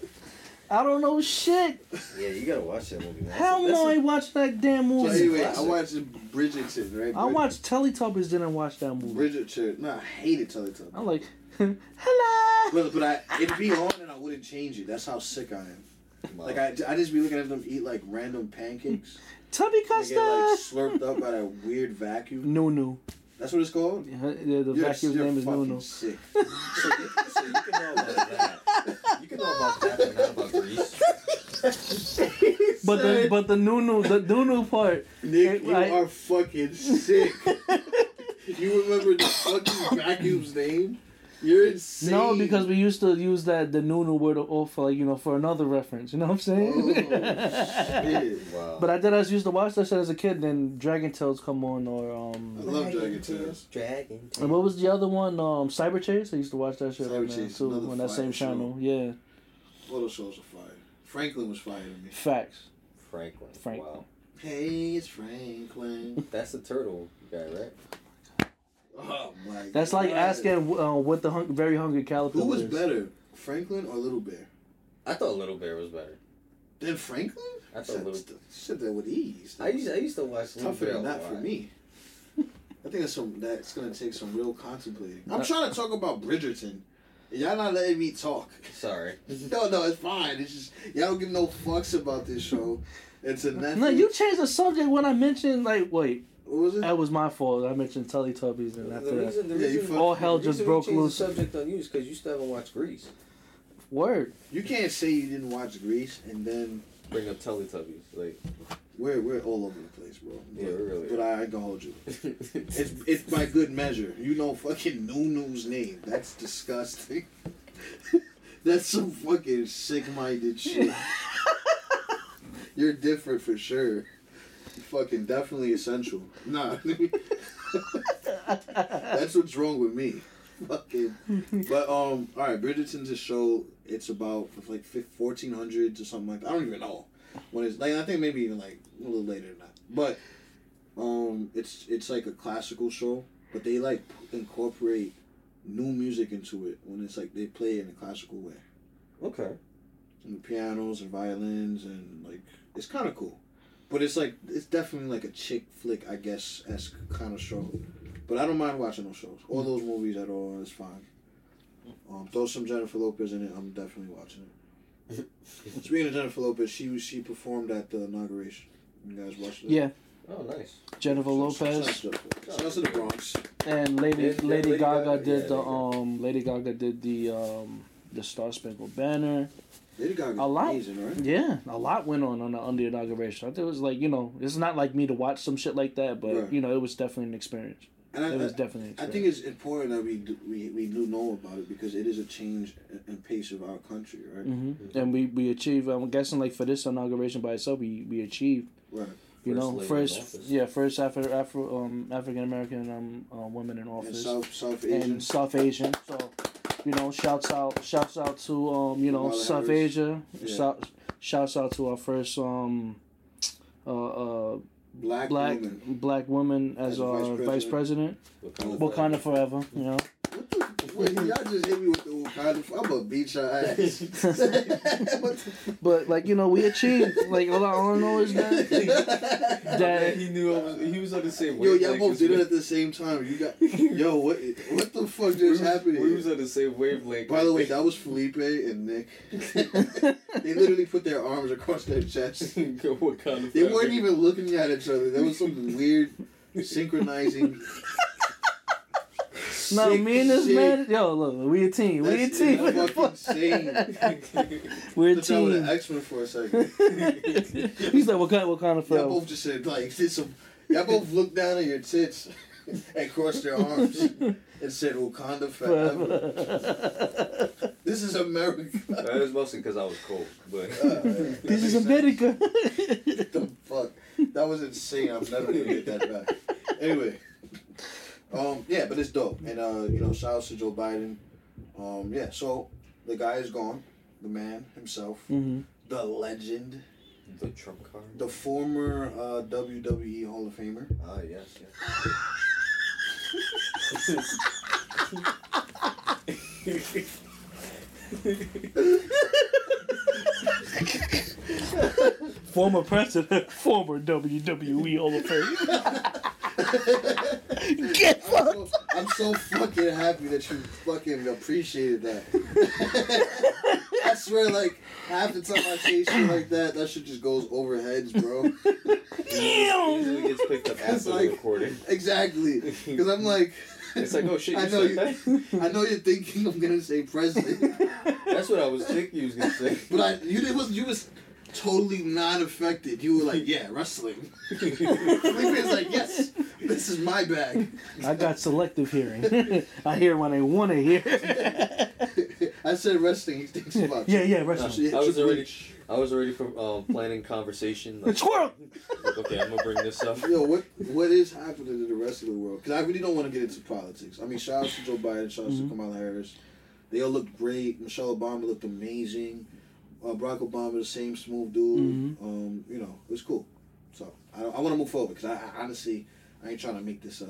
D: I don't know shit.
E: Yeah, you gotta watch that movie. Man.
D: Hell
E: That's
D: no, I
E: a-
D: ain't watched that damn
B: so
D: movie.
B: anyway, I
E: classic.
B: watched Bridgerton, right?
D: I watched Teletubbies, didn't watch that movie.
B: Bridgerton. No, I hated Teletubbies.
D: I'm like, hello.
B: But, but I, it'd be on and I wouldn't change it. That's how sick I am.
E: Wow.
B: Like I, I just be looking at them eat like random pancakes.
D: Tubby
B: They get like
D: custard.
B: slurped up by that weird vacuum.
D: No, no.
B: That's what it's called.
D: Yeah, yeah, the
B: You're-
D: vacuum's
B: you're
D: name is
B: fucking
D: Nuno.
B: Sick.
E: so, you, so you can know about that. You can know about that, but not about Grease.
D: but the but the Nunu the Nunu part.
B: Nick,
D: it-
B: you
D: I-
B: are fucking sick. you remember the fucking vacuum's name? You're insane.
D: No, because we used to use that the Nunu word all for like you know for another reference. You know what I'm saying?
B: Oh. Shit.
F: Wow.
D: but I did. I used to watch that shit as a kid. Then Dragon Tales come on or um.
B: I love Dragon Tales.
F: Dragon.
D: And what was the other one? Um, Cyber Chase. I used to watch that shit
B: Cyber
D: man,
B: Chase,
D: too
B: another
D: on that
B: fire
D: same
B: show.
D: channel. Yeah,
B: All those shows are fire. Franklin was fire to me.
D: facts.
F: Franklin.
D: Frank.
F: Wow.
B: Hey, it's Franklin.
F: That's the turtle guy, right?
B: Oh my
D: That's like
B: God.
D: asking uh, what the hung- very hungry caterpillar
B: who was
D: is.
B: better, Franklin or Little Bear?
F: I thought Little Bear was better.
B: Then Franklin?
F: I thought Little.
B: Said- said that with ease.
F: I used I used to watch
B: It's
F: Little
B: tougher
F: Bear a
B: than that for
F: lot.
B: me. I think that's some that's gonna take some real contemplating. I'm trying to talk about Bridgerton. and Y'all not letting me talk.
F: Sorry.
B: No, no, it's fine. It's just y'all don't give no fucks about this show. It's a Netflix.
D: No, you changed the subject when I mentioned like wait
B: What was it?
D: that was my fault. I mentioned Teletubbies and
F: The
D: after that
F: reason, the
B: Yeah, you
F: reason,
B: fuck-
D: all hell
F: the
D: just
F: reason we
D: broke
F: changed
D: loose.
F: The subject on you is because you still haven't watched Grease.
D: Word.
B: You can't say you didn't watch Grease and then
F: Bring up Teletubbies, like.
B: we're we're all over the place, bro.
F: Yeah,
B: but,
F: we really
B: But I, I can hold you. It's it's by good measure. You know fucking Nunu's name. That's disgusting. That's some fucking sick minded shit. You're different for sure. Fucking definitely essential. Nah. That's what's wrong with me. Fucking. But um, all right. Bridgerton's a show. It's about like fourteen hundred to something like that. I don't even know when it's like. I think maybe even like a little later than that. But um, it's it's like a classical show, but they like p- incorporate new music into it when it's like they play it in a classical way.
F: okay.
B: And the pianos and violins and like it's kind of cool, but it's like it's definitely like a chick flick, I guess, esque kind of show. But I don't mind watching those shows, all those movies at all. It's fine. Um, throw some Jennifer Lopez in it. I'm definitely watching it. Speaking of Jennifer Lopez, she was she performed at the inauguration. You guys watched it?
D: Yeah,
F: Oh, nice.
D: Jennifer Lopez
B: Shout out to the Bronx.
D: and Lady
F: Yeah, yeah,
D: Lady
F: Lady
D: Gaga
F: Gaga,
D: did
F: yeah,
D: the
F: Lady Gaga.
D: um Lady Gaga did the um the Star Spangled Banner.
B: Lady Gaga's
D: A lot.
B: amazing, right?
D: Yeah, a lot went on on the, on the inauguration. I think it was like you know, it's not like me to watch some shit like that, but
B: Right.
D: you know, it was definitely an experience.
B: And I,
D: It was
B: I-
D: definitely. An
B: I
D: experience.
B: think it's important that we do, we we do know about it because it is a change in- in pace of our country, right?
D: hmm And we we achieved. I'm guessing like for this inauguration by itself, we we achieved.
B: Right.
D: You
F: First
D: know,
F: lady in
D: first
F: office.
D: yeah, first Afro Afro um African American um uh, woman in
B: And
D: office
B: South South
D: and,
B: Asian.
D: South Asian. So, you know, shouts out shouts out to um you know
B: Kamala
D: South
B: Harris.
D: Asia.
B: Yeah.
D: Shout, shouts out to our first um uh uh
B: black,
D: black
B: woman.
D: black woman as,
B: As a
D: our
B: vice
D: vice
B: president.
D: president.
F: What kind of?
D: Wakanda forever, you know.
B: What the, wait, y'all just hit me with the Wakanda. I'm gonna beat your ass. What the-
D: But like you know, we achieved. Like all I all I know is that
F: Yeah,
D: that
F: he knew I was, he was on the same
B: yo,
F: wavelength.
B: y'all both
F: as
B: did it
F: me.
B: at the same time. You got yo. What what the fuck just happened?
F: We
B: here?
F: was on the same wavelength.
B: By the way, that was Felipe and Nick. they literally put their arms across their chest.
F: what kind of
B: They weren't even looking at each other. There was some weird synchronizing.
D: no, me and this
B: Sick
D: man. Yo, look, we a team. We a
B: That's
D: team.
B: fucking insane.
D: We're a
B: Let's talk about
D: team.
B: the X Men for a second.
D: He's like Wakanda, Wakanda
B: Y'all
D: forever.
B: both just said like did some. Y'all both looked down at your tits and crossed their arms and said Wakanda forever. This is America.
F: That was mostly because I was cold, but
D: This is America.
B: What the fuck? That was insane. I'm never gonna get that back. Anyway, um, yeah, but it's dope, and uh, you know, shout out to Joe Biden. Um, yeah, so the guy is gone, the man himself,
D: hmm
B: the legend,
F: the Trump card.
B: the former uh, WWE Hall of Famer.
F: Ah, yes, yes.
D: Former president, former WWE Hall of Fame.
B: I'm
D: Get fucked.
B: so, I'm so fucking happy that you fucking appreciated that. I swear, like half the time I say shit like that, that shit just goes over heads, bro.
F: Usually gets picked up
B: It's
F: after
B: like-
F: the recording.
B: Exactly, because I'm like,
F: It's like, oh shit, you
B: I
F: I
B: know
F: said
B: you-
F: that.
B: I know you're thinking I'm gonna say president,
F: That's what I was thinking you was gonna say.
B: but I you did was you was totally not affected. You were like, yeah, wrestling. Flickman's like, yes, this is my bag.
D: I got selective hearing. I hear when I want to hear.
B: I said wrestling. He thinks about
D: yeah, yeah, wrestling.
B: Yeah,
E: I was
B: Triple
E: already,
B: H.
E: I was already from, um, planning conversation. Like,
D: Twirl.
E: like, okay, I'm gonna bring this up.
B: Yo, what what is happening in the rest of the world? Because I really don't want to get into politics. I mean, shout out to Joe Biden, shout out
D: Mm-hmm.
B: to Kamala Harris. They all looked great. Michelle Obama looked amazing. Uh, Barack Obama, the same smooth dude.
D: Mm-hmm.
B: Um, you know, it was cool. So I, I want to move forward because I, I honestly I ain't trying to make this. uh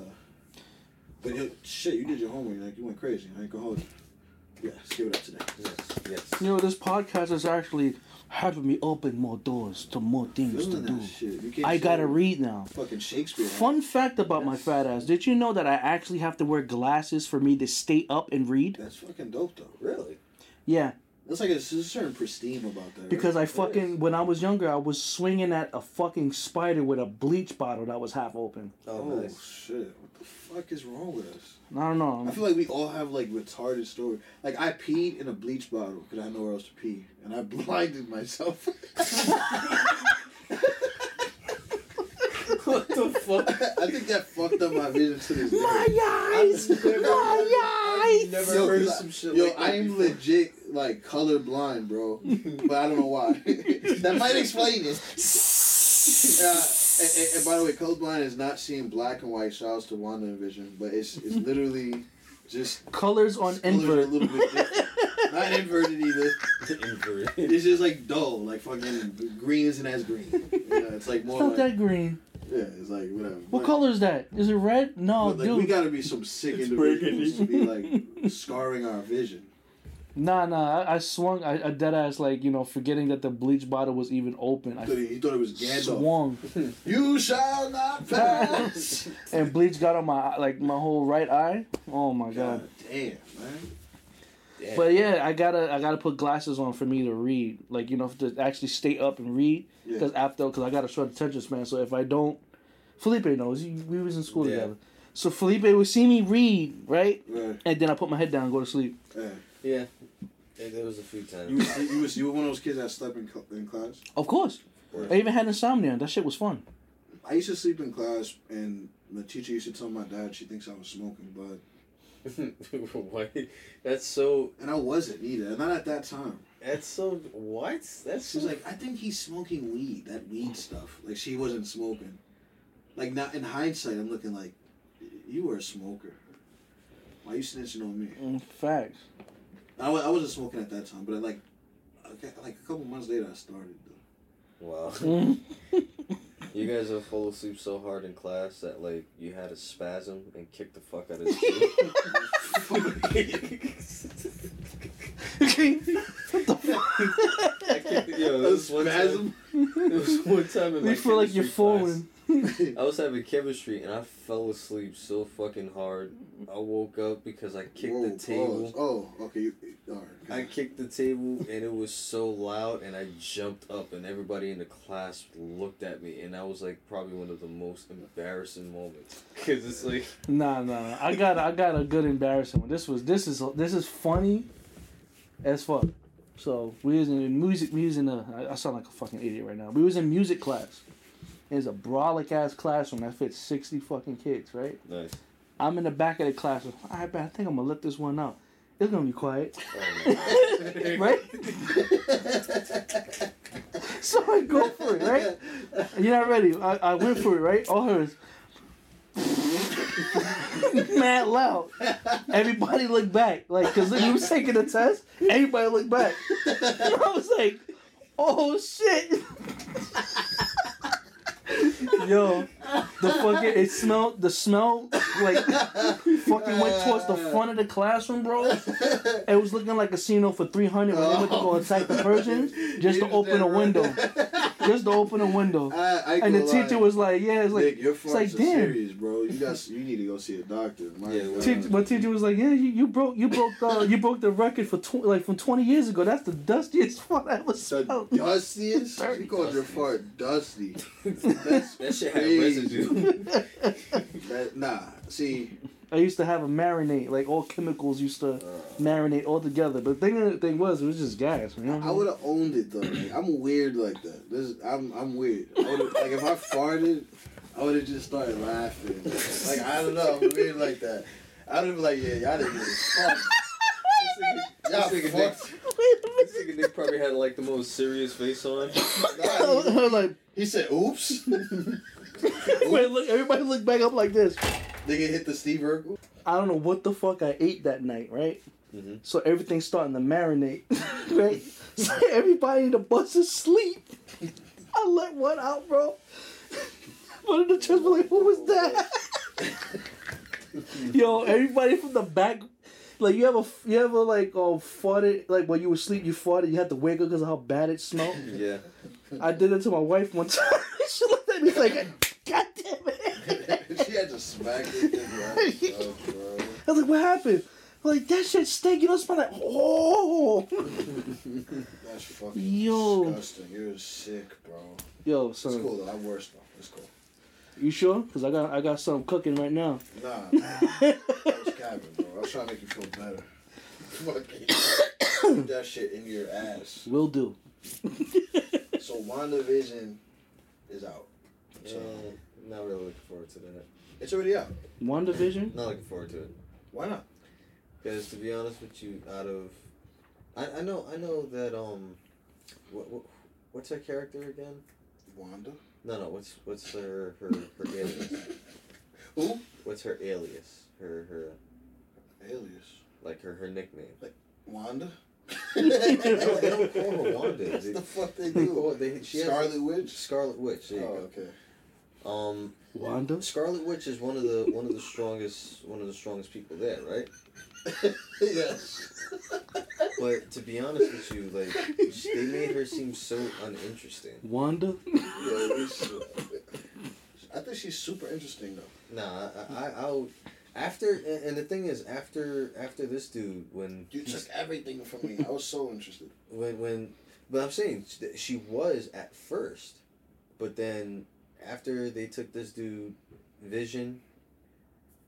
B: But yo, shit, you did your homework. Like you went crazy. I ain't gonna hold you. Yeah, let's give it up today.
E: Yes, yes.
D: You know, this podcast is actually having me open more doors to more things to
B: Feeling
D: do.
B: that shit. You can't
D: I
B: say
D: gotta read now.
B: fucking Shakespeare.
D: Fun fact about my fat ass. Did you know that I actually have to wear glasses for me to stay up and read?
B: That's fucking dope though.
H: Really?
D: Yeah,
B: That's like a, there's a certain pristine about that. right?
D: because I fucking, when I was younger, I was swinging at a fucking spider with a bleach bottle that was half open.
H: Oh,
B: Oh
H: nice.
B: shit! What the fuck is wrong with us?
D: I don't
B: I
D: know.
B: feel like we all have like retarded stories. Like I peed in a bleach bottle because I had nowhere else to pee, and I blinded myself.
H: what the fuck?
B: I think that fucked up my vision to this day.
D: My eyes! My eyes!
H: Never
B: Yo,
H: heard
B: cause I-
H: some shit
B: yo,
H: like that
B: I am
H: before.
B: legit like colorblind, bro. but I don't know why. that might explain it. Uh, and, and- and by the way, colorblind is not seeing black and white. Shouts to Wanda and Vision, but it's it's literally just
D: Colors on
B: colors are a
D: invert.
B: little bit different. not inverted either.
E: Inverted.
B: It's just like dull, like fucking green isn't as green. Yeah, it's like
D: It's
B: more
D: not
B: like
D: that green.
B: yeah, it's like whatever.
D: What
B: But-
D: color is that? Is it red? No,
B: but, like, we
D: dude.
B: gotta be some sick individuals to be like scarring our vision.
D: Nah, nah. I, I swung. I, I dead ass like you know, forgetting that the bleach bottle was even open.
B: He thought
D: I
B: he, he thought it was Gandalf.
D: swung,
B: You shall not pass.
D: and bleach got on my like my whole right eye. Oh my god.
B: God damn, man.
D: But yeah, I gotta I gotta put glasses on for me to read. Like you know, to actually stay up and read. Because after, because I got a short attention span. So if I don't, Felipe knows. He- We was in school
E: Yeah.
D: together. So Felipe would see me read, right?
B: Right,
D: And then I put my head down and go to sleep.
B: right.
E: Yeah. yeah. There was a few
B: You
E: times.
B: was, you was you were one of those kids that slept in, cl- in class.
D: Of course. I even had insomnia. That shit was fun.
B: I used to sleep in class, and the teacher used to tell my dad she thinks I was smoking, but
E: Why? That's so.
B: and I wasn't either, not at that time.
E: That's so. What? That's so,
B: She's like, I think he's smoking weed, that weed stuff. Like she wasn't smoking. Like now in hindsight, I'm looking like, you were a smoker. Why you snitching on me?
D: Mm, Facts.
B: I, wa- I wasn't smoking at that time, but like, okay, like a couple months later, I started. Though.
E: Wow. You guys have fallen asleep so hard in class that like you had a spasm and kicked the fuck out of the
D: what the fuck?
E: chair. Yo, it was one time. It was one time in my
D: you feel like you're
E: chemistry class.
D: falling.
E: I was having chemistry and I fell asleep so fucking hard. I woke up because I kicked
B: Whoa,
E: the table.
B: pause. Oh, okay. You, all right.
E: I kicked the table and it was so loud and I jumped up and everybody in the class looked at me and that was like probably one of the most embarrassing moments because it's like
D: Nah, nah. I got I got a good embarrassing one. This was this is this is funny as fuck. So we was in music we was in a I- I sound like a fucking idiot right now. We was in music class. It's a brolic ass classroom that fits sixty fucking kids, right?
E: nice.
D: I'm in the back of the classroom. All right, man, I think I'm gonna let this one out. It's gonna be quiet, right? so I go for it, right? You're not ready. I, I went for it, right? All hers. Mad loud. Everybody looked back, like, cause we was taking the test. Everybody looked back. And I was like, oh shit. Yo, the fucking it smelled the smell like fucking went towards the front of the classroom, bro. It was looking like a casino for three hundred when they went to go attack the Persians just to
B: You
D: open
B: did
D: a
B: right.
D: window, just to open a window.
B: I, I ain't
D: And the
B: gonna lie.
D: teacher was like, yeah, it's like,
B: Nick, your
D: it's
B: farts
D: like,
B: are
D: damn.
B: serious, bro. You got you need to go see a doctor. My
E: Yeah,
B: God.
E: well-
D: Teach, my teacher was like, yeah, you, you broke, you broke the, you broke the record for tw- like from twenty years ago. That's the dustiest fart I ever
B: The
D: smelled.
B: dustiest? You called your
E: Dustiest.
B: fart dusty. That's
E: That shit had
B: crazy.
E: residue.
B: That, nah, see,
D: I used to have a marinate, like all chemicals used to marinate all together. But the thing, the thing was, it was just gas. You know what
B: I
D: I
B: would
D: mean?
B: have owned it though. Like, I'm weird like that. This is, I'm I'm weird. I would've- like if I farted, I would have just started laughing. Like I don't know, I'm weird like that. I'd have been like, yeah, y'all didn't give a fuck. Y'all
E: This nigga
B: fucked.
E: This nigga Nick probably had like the most serious face on.
D: I
B: Nah,
D: was like,
B: he said, "Oops." Nigga
D: wait, look, everybody look back up like this.
B: hit the Steve Urkel.
D: I don't know what the fuck I ate that night, right?
E: Mhm.
D: So everything's starting to marinate, right? so everybody in the bus is asleep. I let one out, bro. One of the chest was like, "What was that?" Yo, everybody from the back, like you ever, you ever like um farted like when you were asleep, you farted, you had to wake up because of how bad it smelled.
E: Yeah.
D: I did it to my wife one time. she looked at me like, "God damn it."
B: she had to smack it. Oh, bro.
D: I was like, what happened? I'm like, that shit stink. You don't smell that. Oh!
B: That's fucking
D: Yo.
B: disgusting. You're sick, bro.
D: Yo,
B: It's
D: son.
B: cool though. I wore stuff. It's cool.
D: You sure? Because I got, I got something cooking right now.
B: Nah, that was cabin, bro. I was trying to make you feel better. Fucking put that shit in your ass.
D: Will do.
B: So WandaVision is out.
E: So, Uh, not really looking forward to that.
B: It's already out.
D: WandaVision?
E: Not looking forward to it.
B: Why not?
E: Because to be honest with you, out of, I, I know I know that um, what, what what's her character again?
B: Wanda.
E: No no what's what's her her, her alias?
B: Who?
E: What's her alias? Her her
B: Alias.
E: like her her nickname.
B: Wanda.
E: No, they don't call her Wanda.
B: That's
E: They,
B: the fuck they
E: they call-
B: do.
E: Oh, they- she has-
B: Scarlet Witch.
E: Scarlet Witch.
B: Oh,
E: There you
B: okay.
E: go. Um,
D: Wanda?
E: Scarlet Witch is one of the one of the strongest one of the strongest people there, right?
B: yes.
E: But to be honest with you, like they made her seem so uninteresting.
D: Wanda?
B: Yeah, it is. I think she's super interesting though.
E: Nah, I, I I'll after and, and the thing is after after this dude when
B: You
E: he's-
B: took everything from me. I was so interested.
E: when when but I'm saying sh- that she was at first, but then after they took this dude Vision,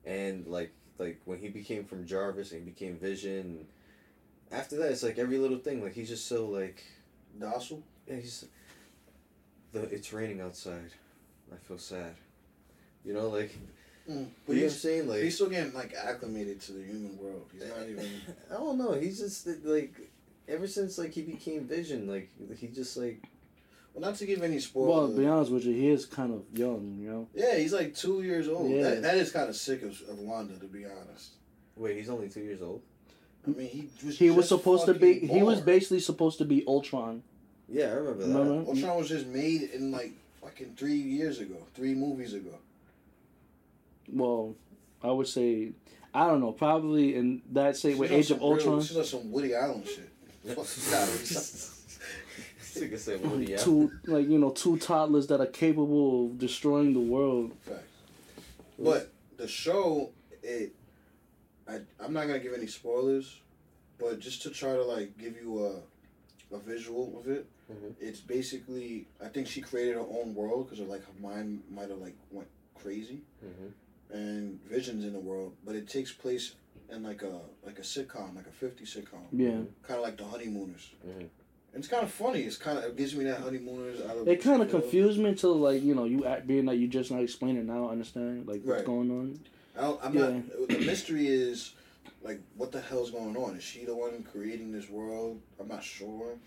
E: and like like when he became from Jarvis and he became Vision, after that it's like every little thing like he's just so like
B: Docile.
E: yeah, he's the it's raining outside, I feel sad, you know like
B: Mm.
E: you
B: But
E: know what I'm
B: he's,
E: saying like
B: he's still getting like acclimated to the human world. He's not even.
E: I don't know. He's just like, ever since like he became Vision, like he just like
B: Well, not to give any
D: Well, to
B: spoilers.
D: be honest with you, he is kind of young, you know?
B: yeah, he's like two years old.
D: Yeah.
B: That, that is kind of sick of, of Wanda, to be honest.
E: wait. He's only two years old.
B: I mean, he was.
D: He
B: just
D: was supposed to be,
B: fucking
D: he was
B: born.
D: basically supposed to be Ultron.
E: Yeah, I remember that.
D: Remember?
B: Ultron was just made in like fucking three years ago, three movies ago.
D: Well, I would say, I don't know, probably in that, say, with
B: She's on
D: Age
B: some
D: of
B: real-
D: Ultron.
B: She's on some Woody Allen shit. Fuck you gotta be-
E: This nigga said Woody Allen.
D: Two, like, you know, two toddlers that are capable of destroying the world.
B: Facts. But the show, it, I, I'm not gonna give any spoilers, but just to try to like give you a, a visual of it,
E: Mhm.
B: it's basically I think she created her own world because like her mind might have like went crazy,
E: Mhm.
B: and visions in the world, but it takes place in like a like a sitcom, like a 50 sitcom,
D: Yeah.
B: kind of like the honeymooners.
E: Mhm.
B: And it's kind of funny. It's kind of it gives me that honeymooners. I love
D: It kind of
B: Chicago.
D: confused me until like you know you act, being that you just now explain it now I understand like what's
B: Right.
D: going on.
B: I don't, I'm
D: Yeah.
B: not. The mystery is, like, what the hell's going on? Is she the one creating this world? I'm not sure.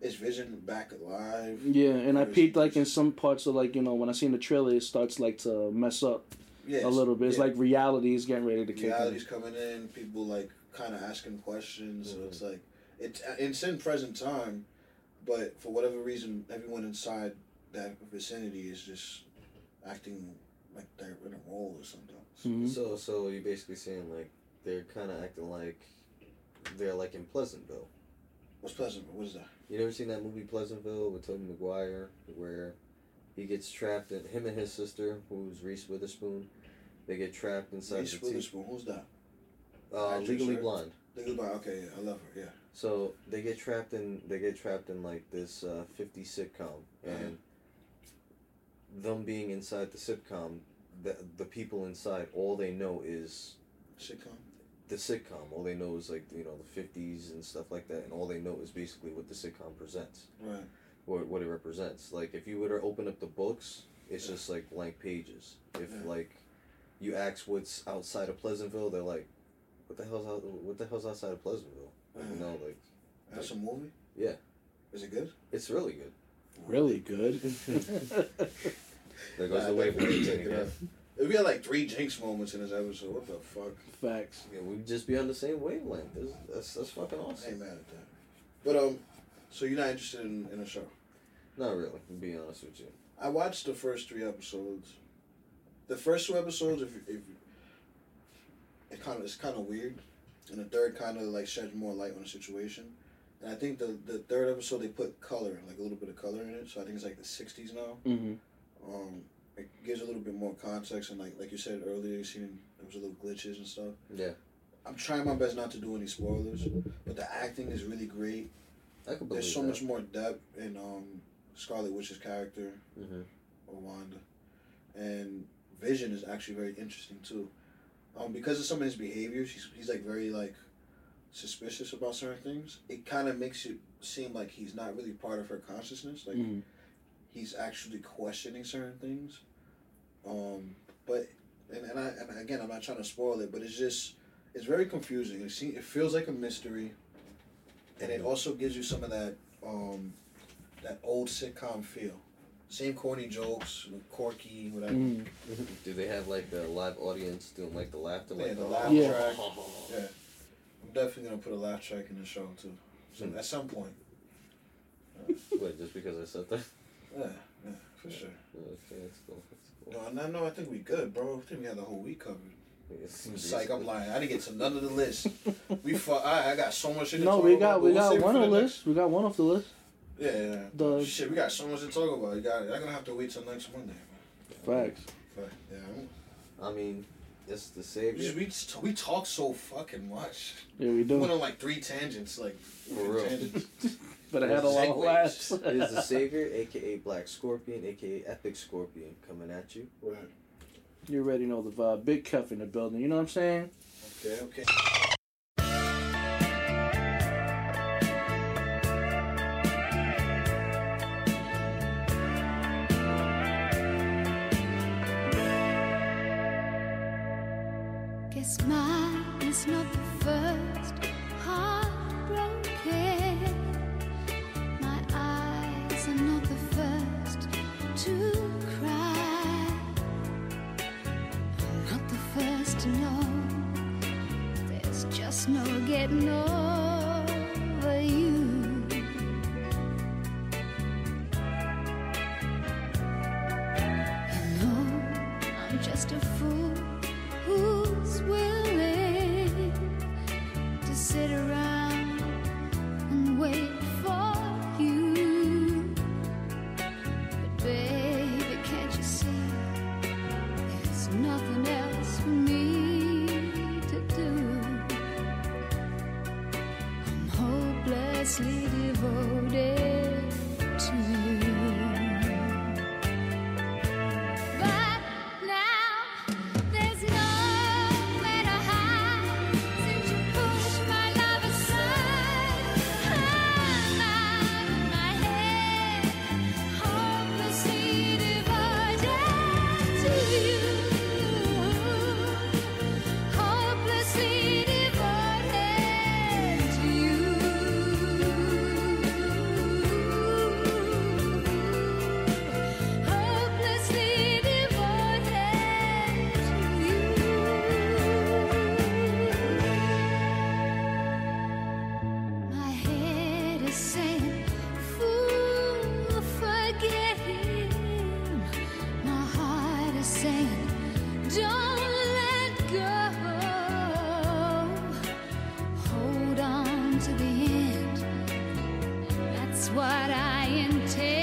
B: Is Vision back alive?
D: Yeah, and I
B: Whereas-
D: peeked like in some parts of like you know when I seen the trailer it starts like to mess up
B: Yeah,
D: a
B: it's-
D: little bit. It's
B: yeah.
D: like reality is getting ready to kick in.
B: reality's coming in. People like kind of asking questions. So
E: Mhm.
B: it's like it's it's in present time, but for whatever reason, everyone inside that vicinity is just acting like they're in a role or something.
D: Mhm.
E: So so you're basically saying like they're kind of acting like they're like in Pleasantville.
B: What's pleasant? What is that?
E: You never seen that movie Pleasantville with Tobey Maguire where he gets trapped in him and his sister who's Reese Witherspoon. They get trapped inside
B: Reese
E: the team.
B: Witherspoon. Who's that?
E: Uh,
B: Actress,
E: legally
B: right?
E: Blonde.
B: Think about okay. Yeah, I love her. Yeah.
E: So they get trapped in they get trapped in like this uh, fifty sitcom and them being inside the sitcom, the the people inside all they know is
B: Sitcom.
E: the sitcom. All they know is like you know the fifties and stuff like that, and all they know is basically what the sitcom presents,
B: Right.
E: or what it represents. Like if you were to open up the books, it's just like blank pages. If
B: Yeah.
E: like you ask what's outside of Pleasantville, they're like, what the hell's out? What the hell's outside of Pleasantville? Like, you
B: Yeah.
E: know, like
B: That's a movie.
E: Yeah.
B: Is it good?
E: it's really good.
D: Really good.
E: There goes
B: Nah,
E: the wave.
B: definitely
E: Yeah.
B: check it out. If we had like three Jinx moments in this episode, what the fuck?
D: Facts.
E: Yeah, we'd just be on the same wavelength. That's that's, that's fucking
B: I ain't
E: awesome.
B: mad at that. But um, so you're not interested in, in a show?
E: Not really. To be honest with you.
B: I watched the first three episodes. The first two episodes, if if it kind of it's kind of weird, and the third kind of like sheds more light on the situation. And I think the the third episode they put color, like a little bit of color in it. So I think it's like the sixties now.
D: Mm-hmm.
B: Um, it gives a little bit more context and like like you said earlier, you seen there was a little glitches and stuff.
E: Yeah,
B: I'm trying my best not to do any spoilers, but the acting is really great.
E: I could believe
B: There's so
E: that.
B: much more depth in um, Scarlet Witch's character
E: hmm
B: or Wanda. And Vision is actually very interesting too. Um, because of some of his behaviors, he's, he's like very like suspicious about certain things. It kind of makes it seem like he's not really part of her consciousness. Like
D: Mhm.
B: he's actually questioning certain things. Um, but and, and I and again I'm not trying to spoil it, but it's just it's very confusing. It seems, it feels like a mystery, and it also gives you some of that um, that old sitcom feel. Same corny jokes, quirky, whatever.
D: Mm.
E: Mm-hmm. Do they have like the live audience doing like the laughter?
B: Yeah,
E: like, oh,
B: the laugh
D: Yeah.
B: track. Yeah, I'm definitely gonna put a laugh track in the show too. So
E: Hmm.
B: at some point,
E: Wait, just because I said that?
B: yeah, yeah, for sure.
E: Okay, that's cool. That's cool.
B: No, no, no, I think we good, bro. I think we had the whole week covered.
E: Yeah, it's-
B: Psych, I'm lying. I didn't get to none of the list. We fu I, I got so much shit. To
D: No,
B: talk
D: we
B: about,
D: got
B: but
D: we
B: we'll
D: got
B: save it
D: one
B: for
D: off
B: the
D: the list. We got one off the list.
B: next- Yeah, yeah, yeah.
D: The-
B: shit, we got so much to talk about. You got, y'all gonna have to wait till next Monday. Man.
D: Facts.
B: But yeah, I'm-
E: I mean, it's the
B: we just,
E: savior.
B: we just, we talk so fucking much.
D: Yeah,
B: We
D: we
B: went
D: do.
B: on like three tangents, like
E: For real.
B: tangents.
D: But I had a lot of
B: Segways.
D: laughs.
E: It is the savior, aka Black Scorpion, aka Epic Scorpion, coming at you.
B: Right.
D: You already know the vibe. Big Cuff in the building. You know what I'm saying?
B: Okay, okay.
I: Guess mine is not the first heartbroken. My eyes are not the first to cry. I'm not the first to know. There's just no getting over you. You know, I'm just a fool who's willing to sit around and wait for you. But baby, can't you see there's nothing else for me to do? I'm hopelessly devoted to you. But now there's nowhere to hide since you pushed my love aside. I'm out of my head, hopelessly devoted to you, hopelessly devoted to you. Hopelessly devoted to you. My head is saying, "Fool, forget him." My heart is saying, "Don't let go." Hold on to the end. That's what I intend.